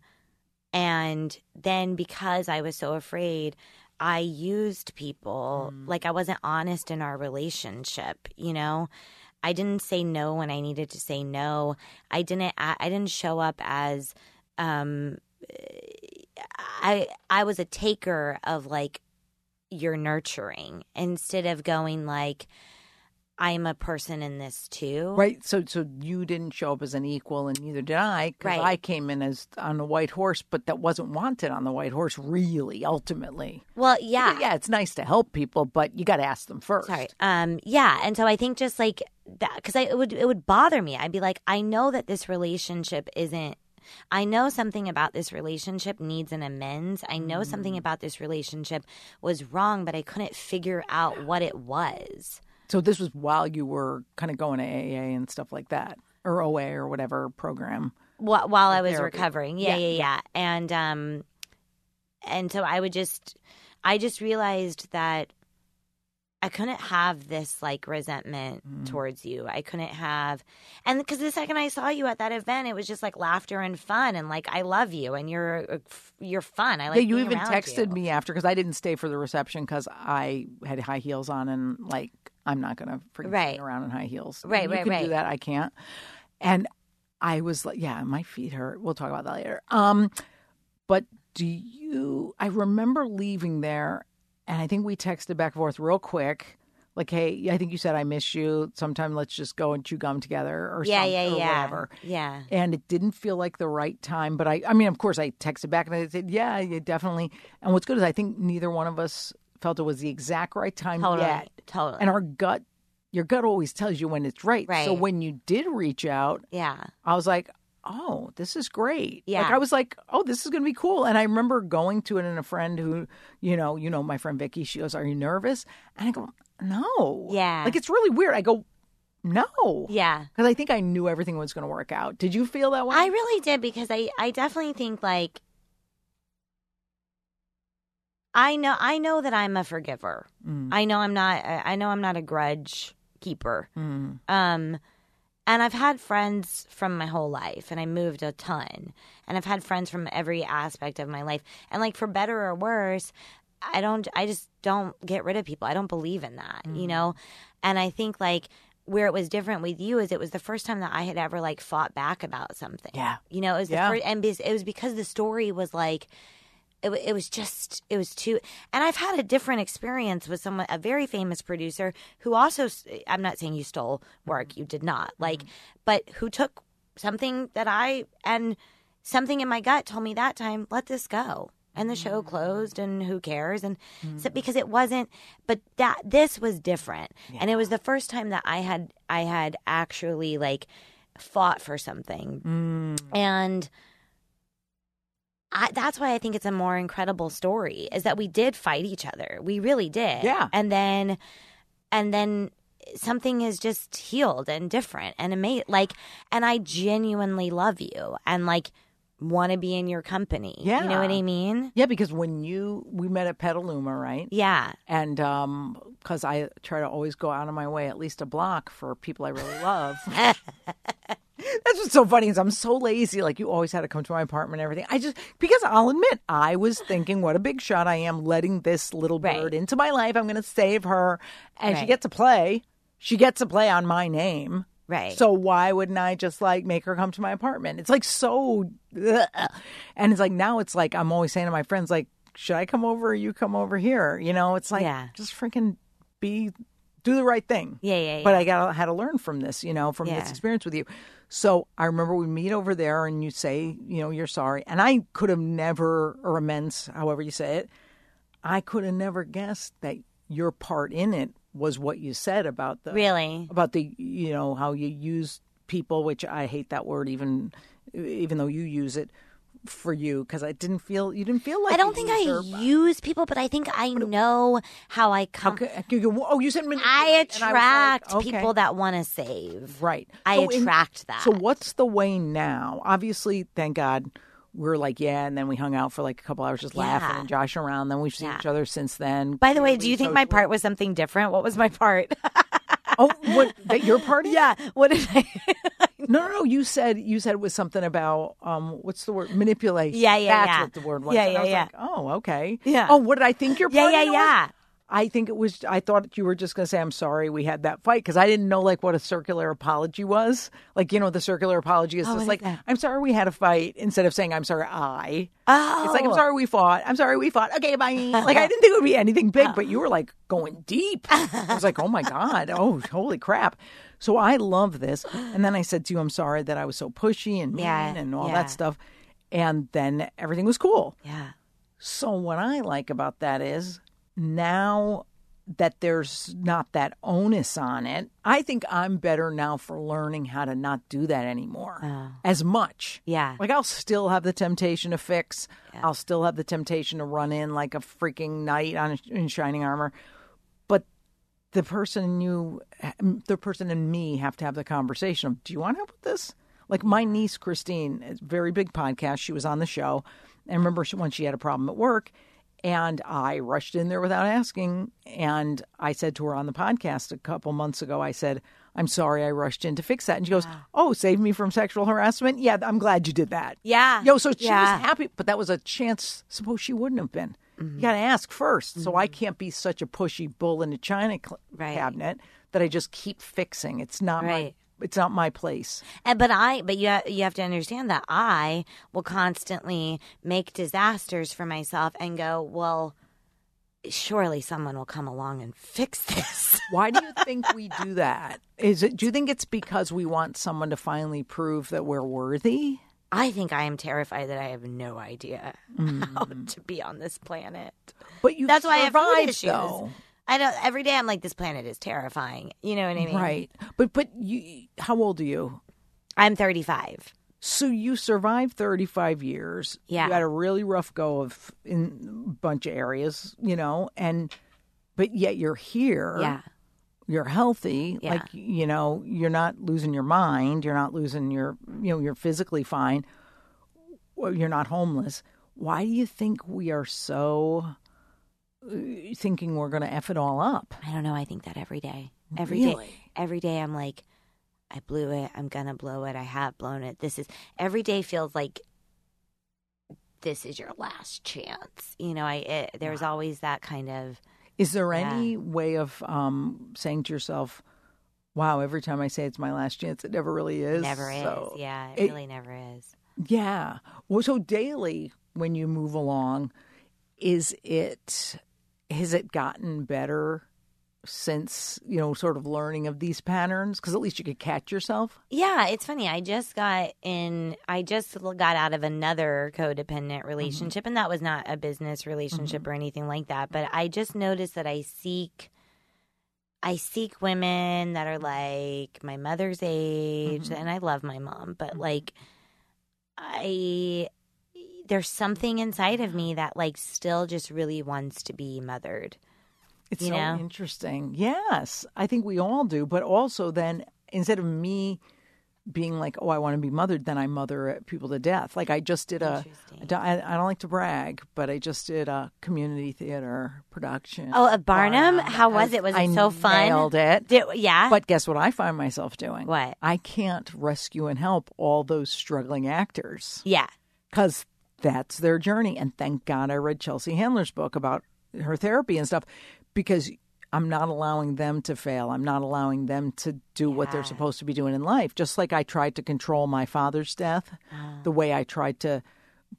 and then because I was so afraid, I used people like I wasn't honest in our relationship, you know? I didn't say no when I needed to say no. I didn't I, I didn't show up as um I I was a taker of like your nurturing instead of going like I'm a person in this too.
Right. So so you didn't show up as an equal and neither did I because
Right.
I came in as on a white horse, but that wasn't wanted on the white horse really, ultimately.
Well, yeah.
Yeah, it's nice to help people, but you got to ask them first.
Sorry. Um. Yeah. And so I think just like that, because I it would it would bother me. I'd be like, I know that this relationship isn't. I know something about this relationship needs an amends. I know something about this relationship was wrong, but I couldn't figure out what it was.
So this was while you were kind of going to AA and stuff like that, or OA or whatever program.
Wh- while I was
therapy.
recovering. Yeah, yeah, yeah, And um, and so I would just, I just realized that I couldn't have this like resentment
Mm-hmm.
towards you. I couldn't have, and because the second I saw you at that event, it was just like laughter and fun, and like I love you, and you're uh, f- you're fun. I like.
yeah, you
being
even
around
texted
you.
me after because I didn't stay for the reception because I had high heels on and like I'm not gonna freaking
Right.
stand around in high heels.
Right,
you
right,
can Do
right.
that I can't. And I was like, yeah, my feet hurt. We'll talk about that later. Um, but do you? I remember leaving there, and I think we texted back and forth real quick. Like, hey, I think you said I miss you. Sometime let's just go and chew gum together or
Yeah,
some-
yeah,
or
yeah.
whatever
Yeah.
and it didn't feel like the right time. But I, I mean, of course, I texted back and I said, "Yeah, yeah, definitely." And what's good is I think neither one of us felt it was the exact right time
Totally.
yet.
Totally.
And our gut, your gut always tells you when it's right. So
Right.
when you did reach out,
yeah.
I was like, "Oh, this is great!"
Yeah.
Like I was like, "Oh, this is going to be cool." And I remember going to it, and a friend who, you know, you know, my friend Vicky, she goes, "Are you nervous?" And I go, "No."
Yeah.
Like it's really weird. I go, "No."
Yeah.
Because I think I knew everything was going to work out. Did you feel that way?
I really did because I, I definitely think like I know I know that I'm a forgiver. I know I'm not I I know I'm not a grudge keeper.
Mm-hmm.
Um and I've had friends from my whole life and I moved a ton and I've had friends from every aspect of my life and like for better or worse I don't I just don't get rid of people. I don't believe in that, you know. And I think like where it was different with you is it was the first time that I had ever like fought back about something.
Yeah.
You know, it was
Yeah.
the first, and bes- it was because the story was like it, wa- it was just it was too and i've had a different experience with someone a very famous producer who also s- i'm not saying you stole work you did not like but who took something that i and something in my gut told me that time let this go and the show closed and who cares and so, because it wasn't but that this was different and it was the first time that i had i had actually like fought for something and I, that's why I think it's a more incredible story is that we did fight each other. We really did.
Yeah.
And then, and then something is just healed and different and amazing. Like, and I genuinely love you and like want to be in your company. You know what
Yeah.
I mean?
Yeah, because when you we met at Petaluma, right?
Yeah.
And um, because I try to always go out of my way at least a block for people I really
[laughs]
love. That's what's so funny is I'm so lazy. Like you always had to come to my apartment and everything. I just because I'll admit I was thinking what a big shot I am letting this little bird
Right.
into my life. I'm going to save her, and she
Right.
gets to play. She gets to play on my name.
Right.
So why wouldn't I just like make her come to my apartment? It's like so, ugh. and it's like now it's like I'm always saying to my friends like, should I come over? or You come over here. You know, it's like
Yeah.
just freaking be do the right thing.
Yeah, yeah, yeah.
But I got had to learn from this, you know, from this
Yeah.
experience with you. So I remember we meet over there, and you say, you know, you're sorry, and I could have never or amends, however you say it. I could have never guessed that your part in it was what you said about the
really?
about the you know how you use people which i hate that word even even though you use it for you because i didn't feel you didn't feel like
I
a
don't think
user.
I use people, but I think I know how I come.
Okay, you go, oh you said manipulate,"
I
and was like,
attract
okay.
people that want to save.
right
I
So in-
attract that.
so what's the way now obviously thank god we're like yeah and then we hung out for like a couple hours just laughing
Yeah.
and joshing around then we've seen
Yeah.
each other since then
By the way, do you think my part was something different? What was my part?
oh what that your party
[laughs] yeah. What did I?
[laughs] no no no you said you said it was something about um what's the word manipulation
Yeah, yeah,
that's
yeah.
what the word was
Yeah,
And I
yeah,
was
yeah.
like, oh okay
Yeah.
oh what did i think your
[laughs] yeah,
part
yeah,
in it was?
yeah.
I think it was. I thought you were just going to say, "I'm sorry, we had that fight," because I didn't know like what a circular apology was. Like you know, the circular apology is
Oh, what
just
is
like,
that?
"I'm sorry, we had a fight," instead of saying, "I'm sorry, I."
Oh,
It's like, "I'm sorry, we fought." "I'm sorry, we fought." Okay,
[laughs]
bye. like I didn't think it would be anything
Oh.
big, but you were like going
[laughs]
deep. I was like, "Oh my god! Oh, holy crap!" So I love this. And then I said to you, "I'm sorry that I was so pushy and mean
Yeah,
and all
yeah.
that stuff." And then everything was cool.
Yeah.
So what I like about that is now that there's not that onus on it, I think I'm better now for learning how to not do that anymore as much.
Yeah.
Like I'll still have the temptation to fix. I'll still have the temptation to run in like a freaking knight on in shining armor. But the person in you, mm, the person and me, have to have the conversation of, do you want help with this? Like my niece Christine, it's a very big podcast. She was on the show, and I remember she, when she had a problem at work, and I rushed in there without asking, and I said to her on the podcast a couple months ago, I said. I'm sorry I rushed in to fix that. And she goes, Oh, save me from sexual harassment? Yeah, I'm glad you did that.
Yeah.
Yo, so she
Yeah.
was happy, but that was a chance. Suppose she wouldn't have been. You got to ask 1st So I can't be such a pushy bull in a china cl-
Mm-hmm. Right.
cabinet that I just keep fixing. It's not
Right.
my. It's not my place.
And, Eh, but I, but you, ha- you have to understand that I will constantly make disasters for myself and go, well, surely someone will come along and fix [laughs] this.
Why do you think we do [laughs] that? Is it? Do you think it's because we want someone to finally prove that we're worthy?
I think I am terrified that I have no idea
Mm.
[laughs] how to be on this planet.
But you
That's why I have
survived,
food issues.
though.
I don't. Every day I'm like, this planet is terrifying. You know what I mean?
Right. But but you. How old are you?
I'm 35.
So you survived 35 years.
Yeah.
You had a really rough go of in a bunch of areas, you know, and but yet you're here.
Yeah.
You're healthy.
Yeah.
Like, you know, you're not losing your mind, you're not losing your, you know, you're physically fine. Well, you're not homeless. Why do you think we are so uh, thinking we're going to F it all up?
I don't know. I think that every day. Every day.
Really?
Every day I'm like, I blew it. I'm gonna blow it. I have blown it. This is every day feels like this is your last chance. You know, I it, there's always that kind of
Is there
Yeah.
any way of um, saying to yourself, "Wow, every time I say it's my last chance, it never really is."
never
So-
is. Yeah, it,
it-
really never is.
yeah. Well, so daily when you move along, is it has it gotten better since you know sort of learning of these patterns? Because at least you could catch yourself.
Yeah, it's funny. I just got in. I just l- got out of another
Mm-hmm.
codependent relationship, and that was not a business relationship or anything like that. But I just noticed that I seek I seek women that are like my mother's age,
Mm-hmm.
and I love my mom, but like, I there's something inside of
Mm-hmm.
me that like still just really wants to be mothered.
It's
You
so
know?
interesting. Yes, I think we all do. But also, then instead of me being like, "Oh, I want to be mothered," then I mother people to death. Like I just did a. I
Interesting.
don't- I I don't like to brag, but I just did a community theater production.
Oh, at Barnum, how was it? Was
I
it so fun?
Nailed it.
Did, yeah,
But guess what? I find myself doing
What?
I can't rescue and help all those struggling actors
yeah,
because that's their journey. And thank God I read Chelsea Handler's book about her therapy and stuff because I'm not allowing them to fail. I'm not allowing them to do what they're supposed to be doing in life. Just like I tried to control my father's death, the way I tried to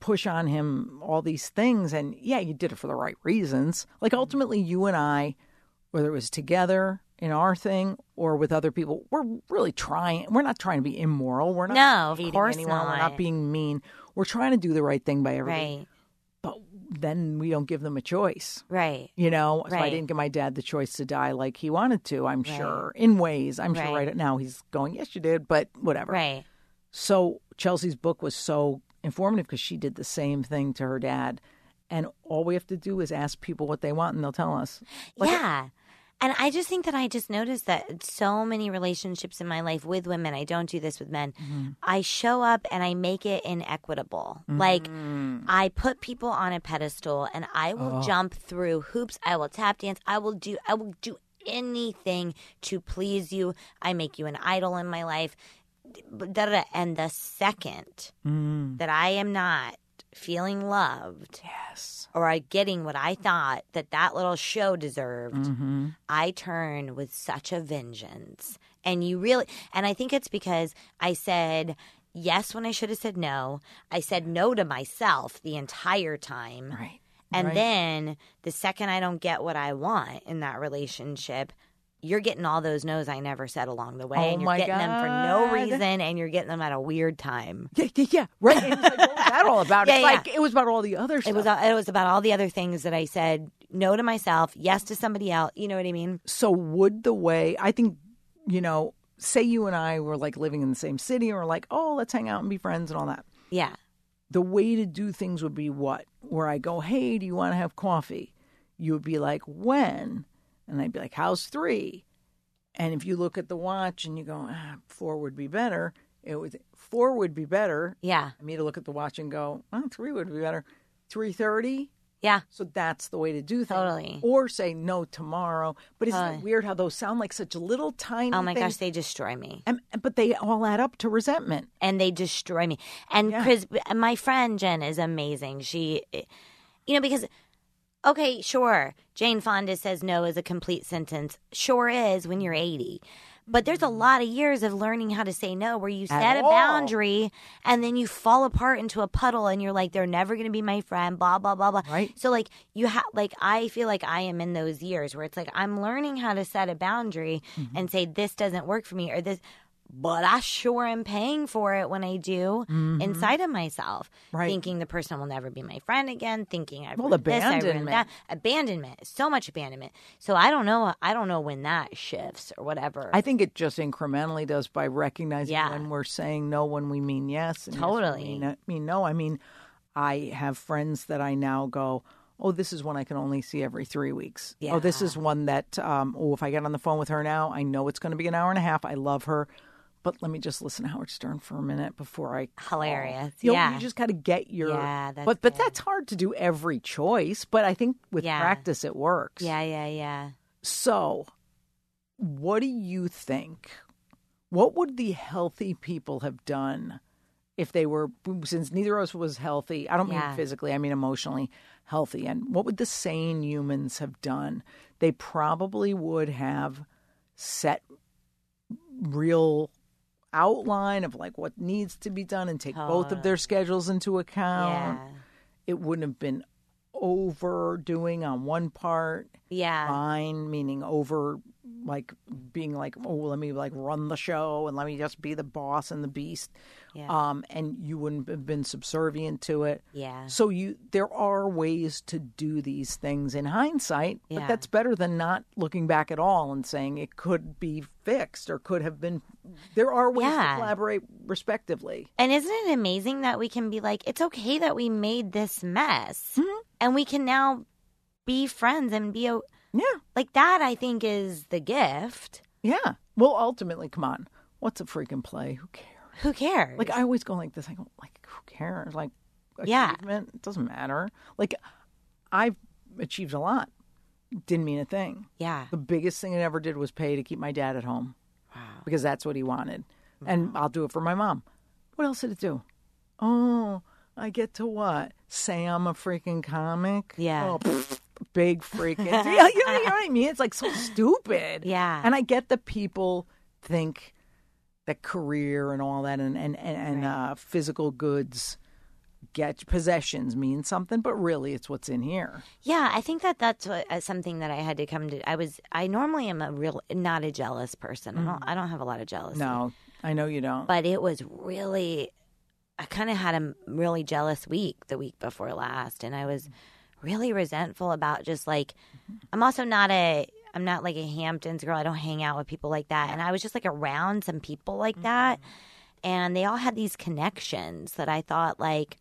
push on him all these things. And yeah, you did it for the right reasons. Like ultimately, you and I, whether it was together in our thing or with other people, we're really trying. We're not trying to be immoral. We're not
No, of
hating
course
anyone. We're
not.
not being mean. We're trying to do the right thing by everybody.
Right.
But then we don't give them a choice.
Right.
You know, so I
Right.
didn't give my dad the choice to die like he wanted to, I'm sure, in ways. I'm sure
Right.
right now he's going, yes, you did, but whatever.
Right.
So Chelsea's book was so informative because she did the same thing to her dad. And all we have to do is ask people what they want and they'll tell us.
yeah. And I just think that I just noticed that so many relationships in my life with women, I don't do this with men. I show up and I make it inequitable. Like I put people on a pedestal and I will jump through hoops, I will tap dance, I will do I will do anything to please you. I make you an idol in my life. Da, da, da. And the second that I am not feeling loved,
Yes.
or I getting what I thought that that little show deserved,
Mm-hmm.
I turn with such a vengeance. And you really, and I think it's because I said yes when I should have said no. I said no to myself the entire time.
Right.
And
Right.
then the second I don't get what I want in that relationship, you're getting all those no's I never said along the way.
Oh
and you're
my
getting them for no
God.
reason and you're getting them at a weird time.
Yeah, yeah, yeah. Right. And it's like, what was that all about?
[laughs] Yeah,
it's
yeah.
like, it was about all the other stuff.
It was uh, it was about all the other things that I said no to myself, yes to somebody else. You know what I mean?
so would the way I think, you know, say you and I were like living in the same city and we're like, oh, let's hang out and be friends and all that.
Yeah.
the way to do things would be what? Where I go, hey, do you want to have coffee? You would be like, when? And I'd be like, how's three? And if you look at the watch and you go, ah, four would be better, it would four would be better.
Yeah.
I mean, to look at the watch and go, oh, three would be better. Three thirty.
Yeah.
So that's the way to do things.
Totally.
Or say no tomorrow. But isn't
Totally.
it weird how those sound like such little tiny?
Oh my
things,
gosh, they destroy me.
and, but they all add up to resentment.
And they destroy me. And
Yeah.
Chris my friend Jen is amazing. She you know because okay, sure. Jane Fonda says no is a complete sentence. Sure is when you're 80. But there's a lot of years of learning how to say no where you set a
all.
boundary and then you fall apart into a puddle and you're like they're never going to be my friend blah blah blah blah.
Right.
So like you have like I feel like I am in those years where it's like I'm learning how to set a boundary
Mm-hmm.
and say this doesn't work for me or this but I sure am paying for it when I do inside of myself.
Mm-hmm. Right.
Thinking the person will never be my friend again, thinking I
Well,
ruined this, I ruined
abandonment.
that. Abandonment. So much abandonment. So I don't know I don't know when that shifts or whatever.
I think it just incrementally does by recognizing
Yeah.
when we're saying no, when we mean yes. And yes when we
Totally.
mean, I mean no. I mean, I have friends that I now go, oh, this is one I can only see every three weeks. Oh, this is one that, um, oh, if I get on the phone with her now, I know it's going to be an hour and a half. I love her. But let me just listen to Howard Stern for a minute before I. call."
Hilarious.
You know,
Yeah.
You just got to get your.
Yeah, that's
but but that's hard to do every choice. But I think with
Yeah.
practice it works.
yeah, yeah, yeah.
So, what do you think? What would the healthy people have done if they were, since neither of us was healthy? I don't
Yeah.
mean physically, I mean emotionally healthy. And what would the sane humans have done? They probably would have set real outline of like what needs to be done and take both of their schedules into account.
yeah.
It wouldn't have been overdoing on one part
Yeah.
fine, meaning over like being like, oh, let me like run the show and let me just be the boss and the beast.
Yeah.
Um, and you wouldn't have been subservient to it.
yeah.
So you, there are ways to do these things in hindsight,
Yeah.
but that's better than not looking back at all and saying it could be fixed or could have been. There are ways
Yeah.
to collaborate respectively.
And isn't it amazing that we can be like, it's okay that we made this mess,
Hmm.
and we can now be friends and be o-
Yeah,
like that? I think is the gift.
yeah. Well, ultimately, come on, what's a freaking play? Who cares?
Who cares?
Like I always go like this. I go like, who cares? Like,
Yeah.
achievement it doesn't matter. Like, I've achieved a lot. Didn't mean a thing.
yeah,
The biggest thing I ever did was pay to keep my dad at home, because that's what he wanted,
Mm-hmm.
and I'll do it for my mom. What else did it do? Oh, I get to what? Say I'm a freaking comic.
Yeah.
Oh, pfft, big
[laughs]
freaking deal. You know, you know what I mean? It's like so stupid.
Yeah.
And I get that people think that career and all that and and and, and uh, physical goods, get possessions mean something, but really it's what's in here.
Yeah, I think that that's what, uh, something that I had to come to. I was I normally am a real not a jealous person. I, don't, I don't have a lot of jealousy.
Mm. No, I know you don't.
but it was really I kind of had a m- really jealous week the week before last and I was
Mm-hmm.
really resentful about just like I'm also not a I'm not like a Hamptons girl. I don't hang out with people like that. And I was just like around some people
Mm-hmm.
like that and they all had these connections that I thought like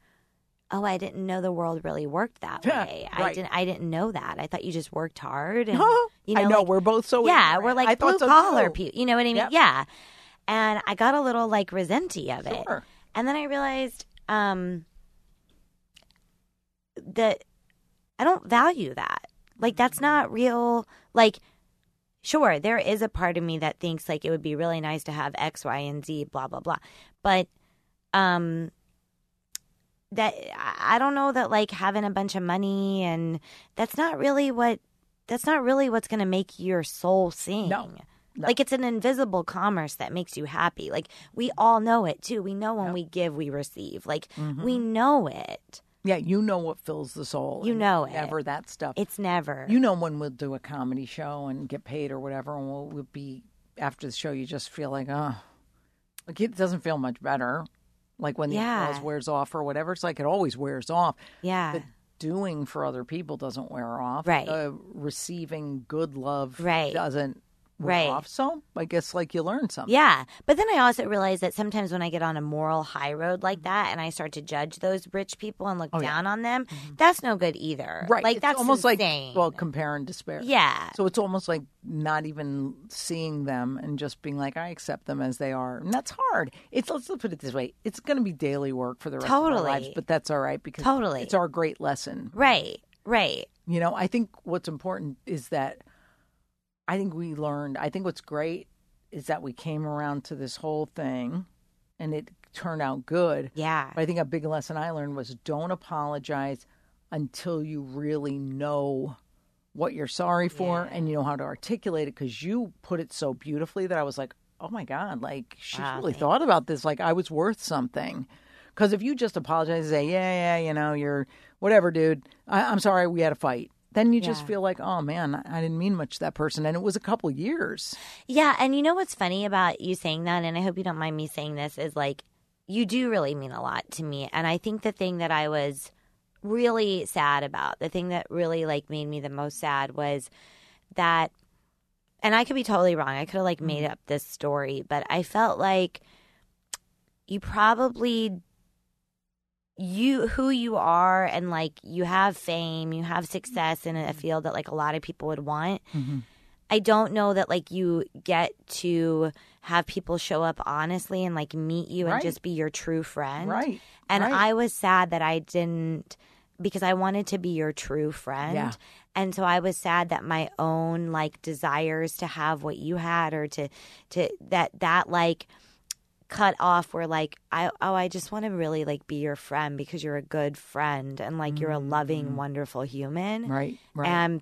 oh I didn't know the world really worked that
Yeah,
way. I
right.
didn't I didn't know that. I thought you just
[laughs]
worked [laughs] hard and you know
I know
like-
we're both so
yeah,
ignorant.
we're
I
like
thought
blue
so,
collar
too.
people. You know what I mean?
Yep.
Yeah. And I got a little like resenty of it.
Sure.
And then I realized um that I don't value that. Like that's not real like sure, there is a part of me that thinks like it would be really nice to have X, Y, and Z, blah, blah, blah. But um that I I don't know that like having a bunch of money and that's not really what that's not really what's going to make your soul sing.
No. No.
Like it's an invisible commerce that makes you happy. Like we all know it too. We know when we give, we receive. Like
Mm-hmm.
we know it.
Yeah, you know what fills the soul.
You
and
know it.
Never that stuff.
It's never.
you know when we'll do a comedy show and get paid or whatever, and we'll, we'll be after the show. You just feel like, oh, like it doesn't feel much better. Like when
Yeah.
the applause wears off or whatever. It's like it always wears off.
yeah.
The doing for other people doesn't wear off.
Right.
The receiving good love
Right.
doesn't wear
Right.
off. So I guess like you learn something.
Yeah. But then I also realize that sometimes when I get on a moral high road like
Mm-hmm.
that and I start to judge those rich people and look down on them, that's no good either.
Oh, Mm-hmm. Right.
Like
It's
that's
almost
insane.
like well, compare and despair.
yeah.
So it's almost like not even seeing them and just being like, I accept them as they are. And that's hard. It's let's put it this way. It's gonna be daily work for the rest of our
Totally.
lives, but that's all right because
Totally.
it's our great lesson.
Right. Right.
You know, I think what's important is that I think we learned I think what's great is that we came around to this whole thing and it turned out good.
Yeah.
But I think a big lesson I learned was don't apologize until you really know what you're sorry for and you know how to articulate it because you put it so beautifully that I was like, oh my God, like she's really thought about this. Like I was worth something. Because if you just apologize and say, yeah, yeah, you know, you're whatever, dude, I- I'm sorry we had a fight. Then you just
Yeah.
feel like, oh man, I I didn't mean much to that person. And it was a couple years.
Yeah, and you know what's funny about you saying that, and I hope you don't mind me saying this, is like you do really mean a lot to me. And I think the thing that I was really sad about, the thing that really like made me the most sad was that and I could be totally wrong. I could have like
Mm-hmm.
made up this story, but I felt like you probably you who you are and like you have fame, you have success in
Mm-hmm.
a field that like a lot of people would want. I don't know that like you get to have people show up honestly and like meet you
Right.
and just be your true friend.
Right,
And
right.
I was sad that I didn't because I wanted to be your true friend.
Yeah.
And so I was sad that my own like desires to have what you had or to to that that like cut off where like I oh I just want to really like be your friend because you're a good friend and like you're a loving wonderful human.
Mm. Right, right.
And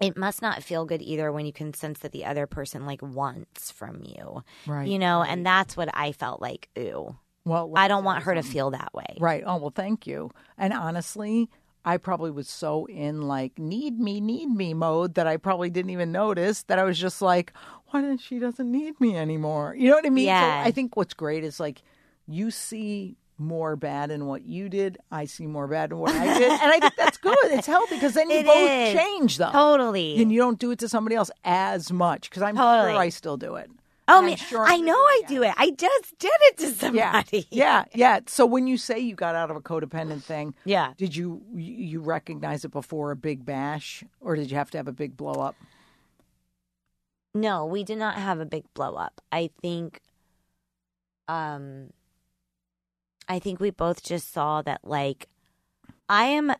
it must not feel good either when you can sense that the other person like wants from you.
Right,
You know, and that's what I felt like, ooh.
well,
I don't want her to feel that way.
Right. Oh, well, thank you. And honestly, I probably was so in like need me, need me mode that I probably didn't even notice that I was just like, why doesn't she doesn't need me anymore? You know what I mean?
Yeah.
So I think what's great is like you see more bad in what you did. I see more bad in what I
[laughs]
did. And I think that's good. It's healthy because then you
It
both
is.
change them.
Totally.
And you don't do it to somebody else as much because I'm
Totally.
sure I still do
[laughs]
it.
oh,
And I'm
man.
sure
I
do
know
it
I
again.
do it. I just did it to
Yeah,
somebody.
[laughs] yeah, yeah. So when you say you got out of a codependent thing,
Yeah.
did you you recognize it before a big bash, or did you have to have a big blow up?
No, we did not have a big blow up. I think um I think we both just saw that like I am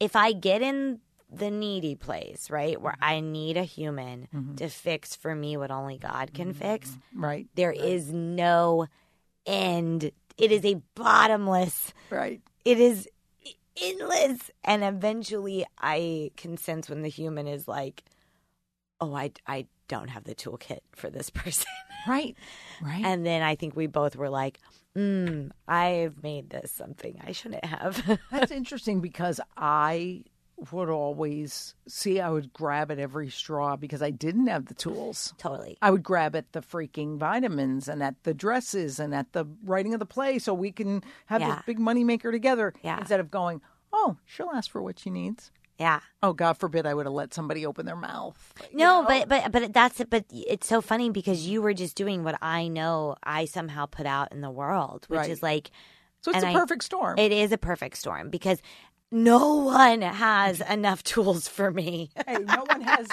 if I get in the needy place, right,
Mm-hmm.
where I need a human to fix for me what only God can fix,
Mm-hmm. Right,
there is no end. It is a bottomless
right,
it is endless. And eventually, I can sense when the human is like, "Oh, I I don't have the toolkit for this [laughs] person."
Right. Right.
And then I think we both were like, mm, I've made this something I shouldn't have. [laughs]
That's interesting because I would always see I would grab at every straw because I didn't have the tools.
totally.
I would grab at the freaking vitamins and at the dresses and at the writing of the play so we can have
Yeah.
this big moneymaker together
Yeah.
instead of going, oh, she'll ask for what she needs.
Yeah.
Oh, God forbid I would have let somebody open their mouth.
No, but but but that's but it's so funny because you were just doing what I know I somehow put out in the world, which
Right.
is like
So it's
and
a
I-
perfect storm.
It is a perfect storm because no one has enough tools for me. [laughs]
hey, no one has.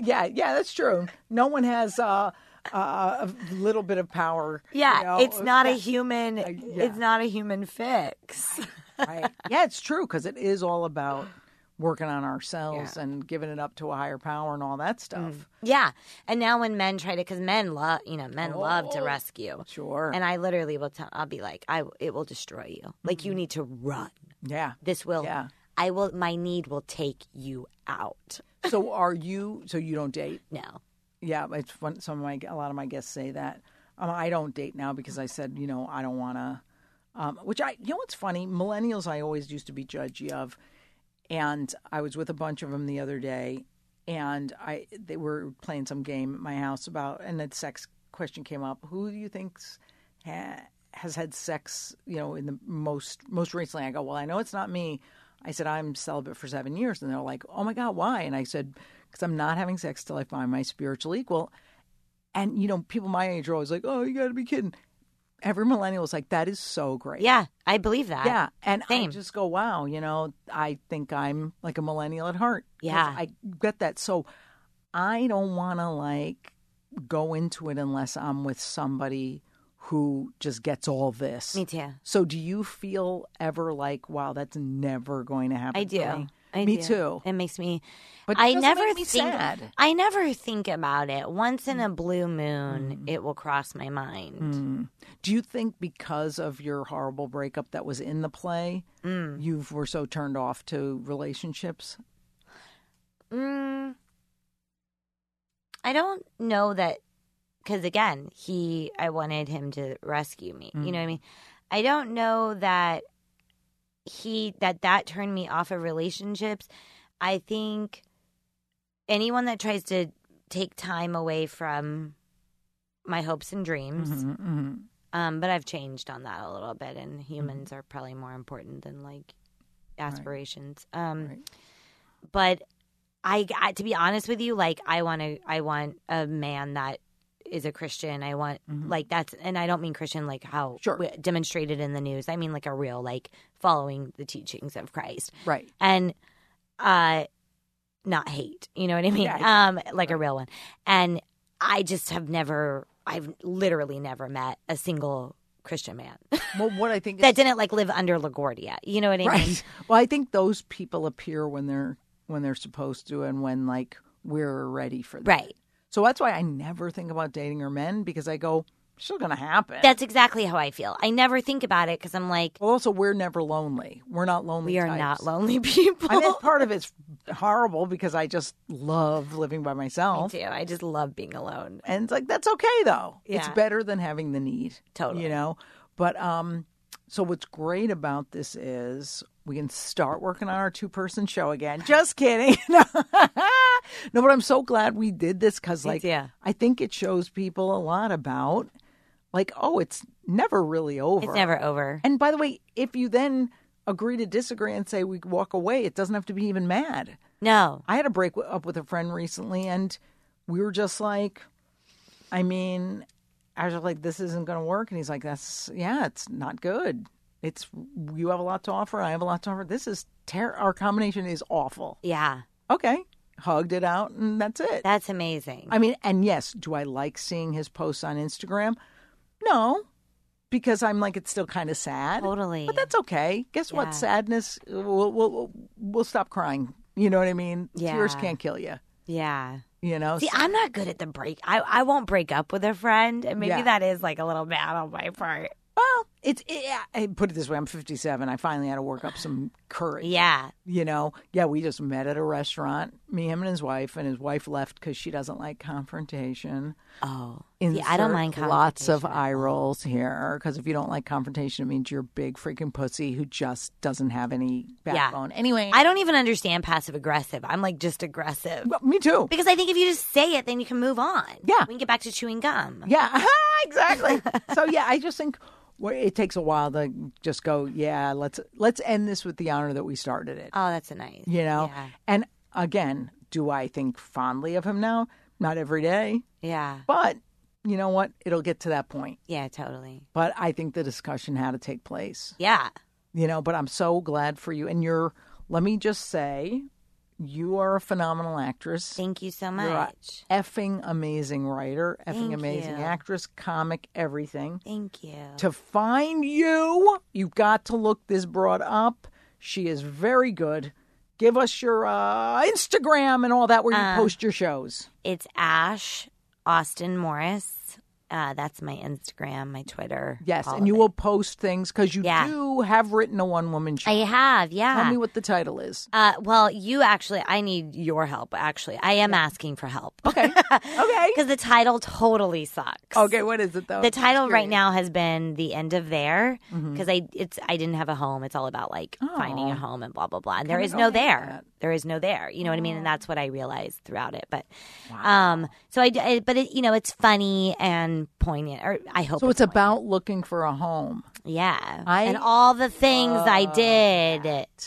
Yeah, yeah, that's true. No one has uh, uh, a little bit of power. you
Yeah,
know?
it's not a human.
yeah.
It's not a human fix. [laughs]
Right. Yeah, it's true because it is all about working on ourselves and giving it up to a higher power and all that stuff.
yeah, and now when men try to, because men love, you know, men love to rescue.
Oh, Sure.
And I literally will tell. I'll be like, I. It will destroy you. Like you need to run.
yeah.
This will.
Mm-hmm. Yeah.
I will. My need will take you out.
So are you? So you don't date?
No.
Yeah, it's fun. Some of my a lot of my guests say that. Um, I don't date now because I said you know I don't want to. Um, which I you know what's funny? Millennials I always used to be judgy of, and I was with a bunch of them the other day, and I they were playing some game at my house about and the sex question came up. Who do you think's ha, has had sex? You know, in the most most recently, I go, well, I know it's not me. I said I'm celibate for seven years, and they're like, oh my god, why? And I said because I'm not having sex till I find my spiritual equal. And you know, people my age are always like, oh, you got to be kidding. Every millennial is like, that is so great.
Yeah, I believe that.
Yeah, and I
Same.
just go, wow, you know, I think I'm like a millennial at heart. 'Cause
Yeah.
I get that. So I don't want to like go into it unless I'm with somebody who just gets all this.
Me too.
So do you feel ever like, wow, that's never going to happen?
I
to
do.
me?
I
me
do.
too.
It makes me.
But
I
it doesn't
never
make me
think.
sad. Mm.
I never think about it. Once in a blue moon, it will cross my mind.
Do you think because of your horrible breakup that was in the play,
Mm-hmm.
you were so turned off to relationships?
Mm, I don't know that because again, he I wanted him to rescue me. You know what I mean? I don't know that he that that turned me off of relationships. I think anyone that tries to take time away from my hopes and dreams. Um, but I've changed on that a little bit, and
Mm-hmm.
humans are probably more important than like aspirations. Um,
Right.
but I, I, to be honest with you, like I want to, I want a man that is a Christian. I want like that's, and I don't mean Christian like how
Mm-hmm. Sure.
w- demonstrated in the news. I mean like a real like following the teachings of Christ
Right.
and uh not hate you know what i mean
Yeah.
um like a real one and i just have never i've literally never met a single christian man [laughs]
Well, what I think is
that didn't like live under laguardia you know what i mean
right. [laughs] Well, I think those people appear when they're when they're supposed to, and when like we're ready for them.
right
So that's why I never think about dating or men because I go, it's still going to happen.
that's exactly how i feel i never think about it because i'm like
well, also we're never lonely. We're not lonely.
we are
types.
not lonely [laughs] people
I mean, part of it's horrible because I just love living by myself.
too. i just love being alone
and it's like that's okay though it's
Yeah.
better than having the need
Totally.
you know but um so what's great about this is we can start working on our two person show again just kidding [laughs] no but i'm so glad we did this because like
too.
i think it shows people a lot about like oh it's never really over
it's never over
and by the way if you then agree to disagree and say we walk away it doesn't have to be even mad
no
I had a break w- up with a friend recently, and we were just like, I mean, I was just like, this isn't going to work. And he's like, that's, yeah, it's not good. It's, you have a lot to offer. I have a lot to offer. This is, ter- our combination is awful.
yeah
Okay. Hugged it out, and that's it.
that's amazing
I mean, and yes, do I like seeing his posts on Instagram? No, because I'm like, it's still kind of sad.
totally
But that's okay. Guess
Yeah.
what? Sadness, we'll, we'll, we'll stop crying. You know what I mean? Tears
Yeah.
can't kill you.
yeah
You know,
See, I'm not good at the break. I, I won't break up with a friend, and maybe
Yeah.
that is like a little bad on my part.
well, It's it, I put it this way. I'm 57. I finally had to work up some courage.
Yeah.
You know, yeah, we just met at a restaurant, me, him, and his wife, and his wife left because she doesn't like confrontation.
Oh. Yeah, I don't
Insert
mind
Lots of
confrontation.
eye rolls here because if you don't like confrontation, it means you're a big freaking pussy who just doesn't have any backbone. Anyway,
I don't even understand passive aggressive. I'm like just aggressive.
Well, me too.
Because I think if you just say it, then you can move on.
Yeah.
We can get back to chewing gum.
Yeah, [laughs]
[laughs]
exactly. so yeah, I just think well, it takes a while to just go. Yeah, let's let's end this with the honor that we started it.
Oh, that's a nice.
You know,
Yeah.
and again, do I think fondly of him now? Not every day,
Yeah.
but you know what? It'll get to that point.
Yeah, totally.
But I think the discussion had to take place.
Yeah.
You know, but I'm so glad for you. And you're. Let me just say, you are a phenomenal actress.
Thank you so
You're a
much.
effing amazing writer, effing
Thank
amazing
you.
actress, comic, everything.
Thank you.
to find you. You've got to look this broad up. She is very good. Give us your uh, Instagram and all that where you
Uh,
post your shows.
It's Ash Austin Morris. Uh, that's my Instagram, my Twitter.
Yes,
all
and you
of it.
will post things because you
Yeah.
do have written a one woman show.
I have, yeah.
Tell me what the title
[laughs]
is.
Uh, well, you actually, I need your help. Actually, I am asking for help.
Okay.
[laughs]
okay.
because the title totally sucks.
Okay, Mm-hmm. what is it though?
The title right now has been the end of there because I it's I didn't have a home. It's all about like finding
Oh.
a home and blah blah blah. And there is no there. There is no there. You know what I
Oh.
mean? And that's what I realized throughout it. But um, so I, d- I- but it, you know it's funny and poignant. Or I hope.
So it's
poignant.
about looking for a home.
Yeah.
I
and all the things I did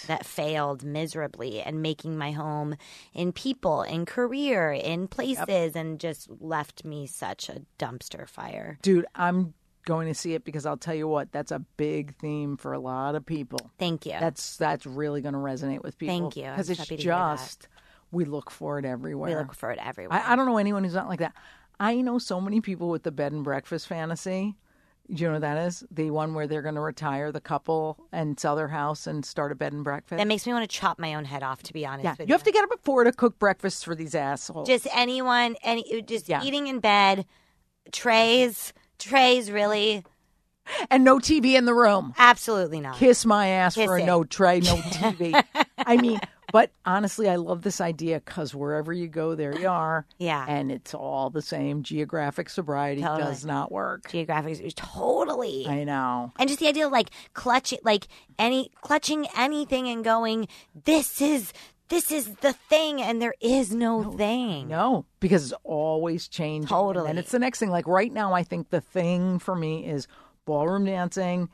that. failed miserably and making my home in people, in career, in places, and just left me such a dumpster fire.
Dude, I'm going to see it because I'll tell you what, that's a big theme for a lot of people.
Thank you.
That's that's really going to resonate with people.
Thank you. I'm
Because it's
happy to hear that.
just we look for it everywhere.
we look for it everywhere.
I, I don't know anyone who's not like that. I know so many people with the bed and breakfast fantasy. Do you know what that is? The one where they're going to retire the couple and sell their house and start a bed and breakfast.
that makes me want to chop my own head off, to be honest
yeah,
with
you have to get up at four to cook breakfast for these assholes.
Just anyone, any, uh, just
Yeah.
eating in bed, trays, trays, really?
and no TV in the room.
Absolutely not.
Kiss my ass
Kiss
for a
it.
no tray,
[laughs]
no TV. I mean, but honestly, I love this idea because wherever you go, there you are.
Yeah.
and it's all the same. Geographic sobriety
Totally.
does not work.
Geographic, totally.
I know.
And just the idea of like clutching, like any clutching anything and going, this is this is the thing, and there is no, thing.
No, because it's always changing.
Totally.
And it's the next thing. Like right now, I think the thing for me is ballroom dancing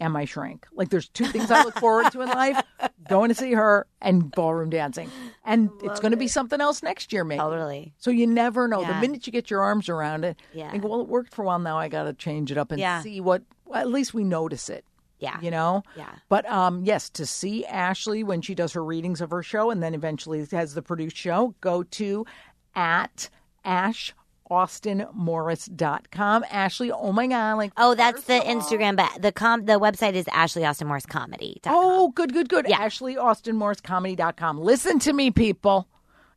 and my shrink. Like there's two things I look forward to in
[laughs]
life going to see her and ballroom dancing. And it's going to be something else next year,
Oh,
maybe.
Totally.
So you never know. The
Yeah.
minute you get your arms around it,
Yeah.
think, well, it worked for a while. Now I got to change it up and
Yeah.
see what, well, at least we notice it.
Yeah.
You know?
Yeah.
But um, yes, to see Ashley when she does her readings of her show and then eventually has the produced show, go to at ashaustinmorris.com. Ashley, oh my God. Like,
Oh, that's the Instagram, but the com the website is Ashley Austin Morris Comedy.
oh, good, good, good. AshleyAustinMorrisComedy.com. Listen to me, people.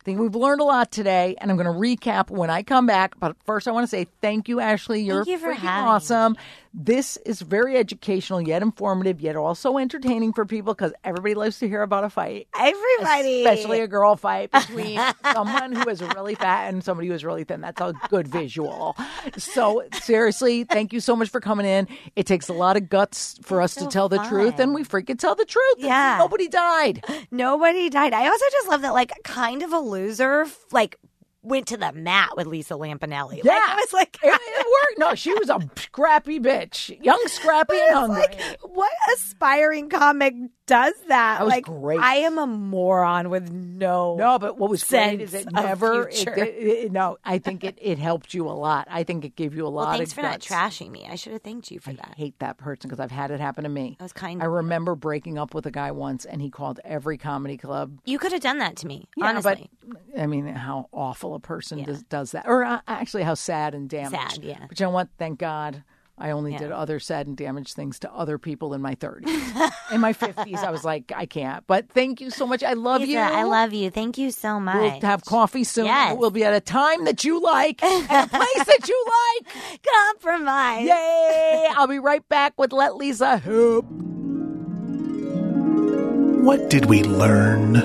I think we've learned a lot today, and I'm going to recap when I come back. But first, I want to say thank you, Ashley. You're
you for
freaking
having me.
awesome. This is very educational, yet informative, yet also entertaining for people because everybody loves to hear about a fight.
Everybody,
especially a girl fight between someone who is really fat and somebody who is really thin. That's a good visual. So seriously, thank you so much for coming in. It takes a lot of guts for us to
so
tell the truth, and
fun.
we freaking tell the truth. and
Yeah.
nobody
[laughs]
died.
nobody died. I also just love that, like, kind of a loser, f- like, went to the mat with Lisa Lampanelli. Like,
Yeah,
I was like,
it, it worked. No, she was a scrappy bitch, young, scrappy, and hungry.
what aspiring comic does that?
was Like, great. I
I am a moron with no.
No, but what was great is
sense
it
of
never. It,
future.
did- it- no, I think it, it helped you a lot. I think it gave you a lot
Well, thanks
of
for
guts.
not trashing me. I should have thanked you for
I
that.
hate that person because I've had it happen to me.
That was kind.
I
of
remember breaking up with a guy once, and he called every comedy club.
you could have done that to me,
Yeah,
honestly.
but I mean, how awful a person does, does that, or uh, actually how sad and damaged.
Sad, yeah.
But you know what? Thank God. I only did other sad and damaged things to other people in my
[laughs]
30s. in my 50s, I was like, I can't. But thank you so much. I love you.
Lisa, I love you. Thank you so much.
We'll have coffee soon.
Yes.
We'll be at a time that you
[laughs]
like and a place that you like.
Compromise.
Yay! I'll be right back with Let Lisa Hoop.
What did we learn?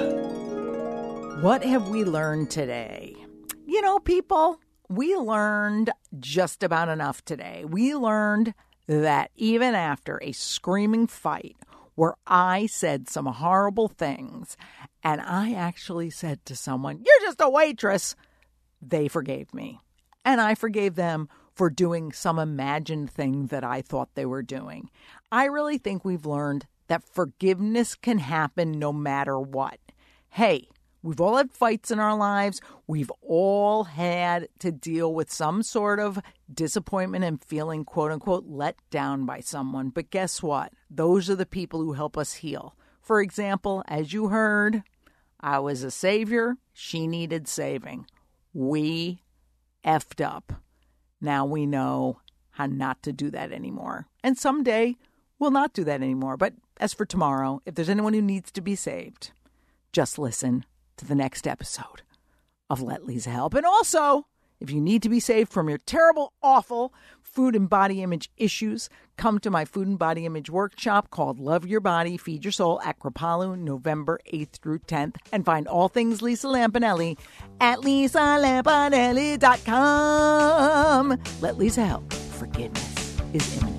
What have we learned today? You know, people, we learned just about enough today. We learned that even after a screaming fight where I said some horrible things and I actually said to someone, You're just a waitress, they forgave me. And I forgave them for doing some imagined thing that I thought they were doing. I really think we've learned that forgiveness can happen no matter what. Hey, we've all had fights in our lives, we've all had to deal with some sort of disappointment and feeling quote unquote let down by someone. But guess what? Those are the people who help us heal. For example, as you heard, I was a savior, she needed saving. We effed up. Now we know how not to do that anymore. And someday we'll not do that anymore. But as for tomorrow, if there's anyone who needs to be saved, just listen to the next episode of Let Lisa Help. And also, if you need to be saved from your terrible, awful food and body image issues, come to my food and body image workshop called Love Your Body, Feed Your Soul at Kripalu, November 8th through 10th. And find all things Lisa Lampanelli at lisalampanelli.com. Let Lisa help. Forgiveness is imminent.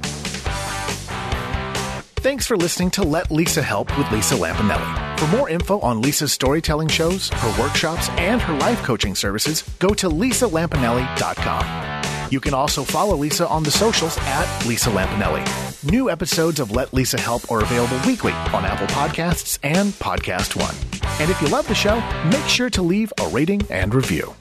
Thanks for listening to Let Lisa Help with Lisa Lampanelli. For more info on Lisa's storytelling shows, her workshops, and her life coaching services, go to lisalampanelli.com. You can also follow Lisa on the socials at Lisa Lampanelli. New episodes of Let Lisa Help are available weekly on Apple Podcasts and Podcast One. And if you love the show, make sure to leave a rating and review.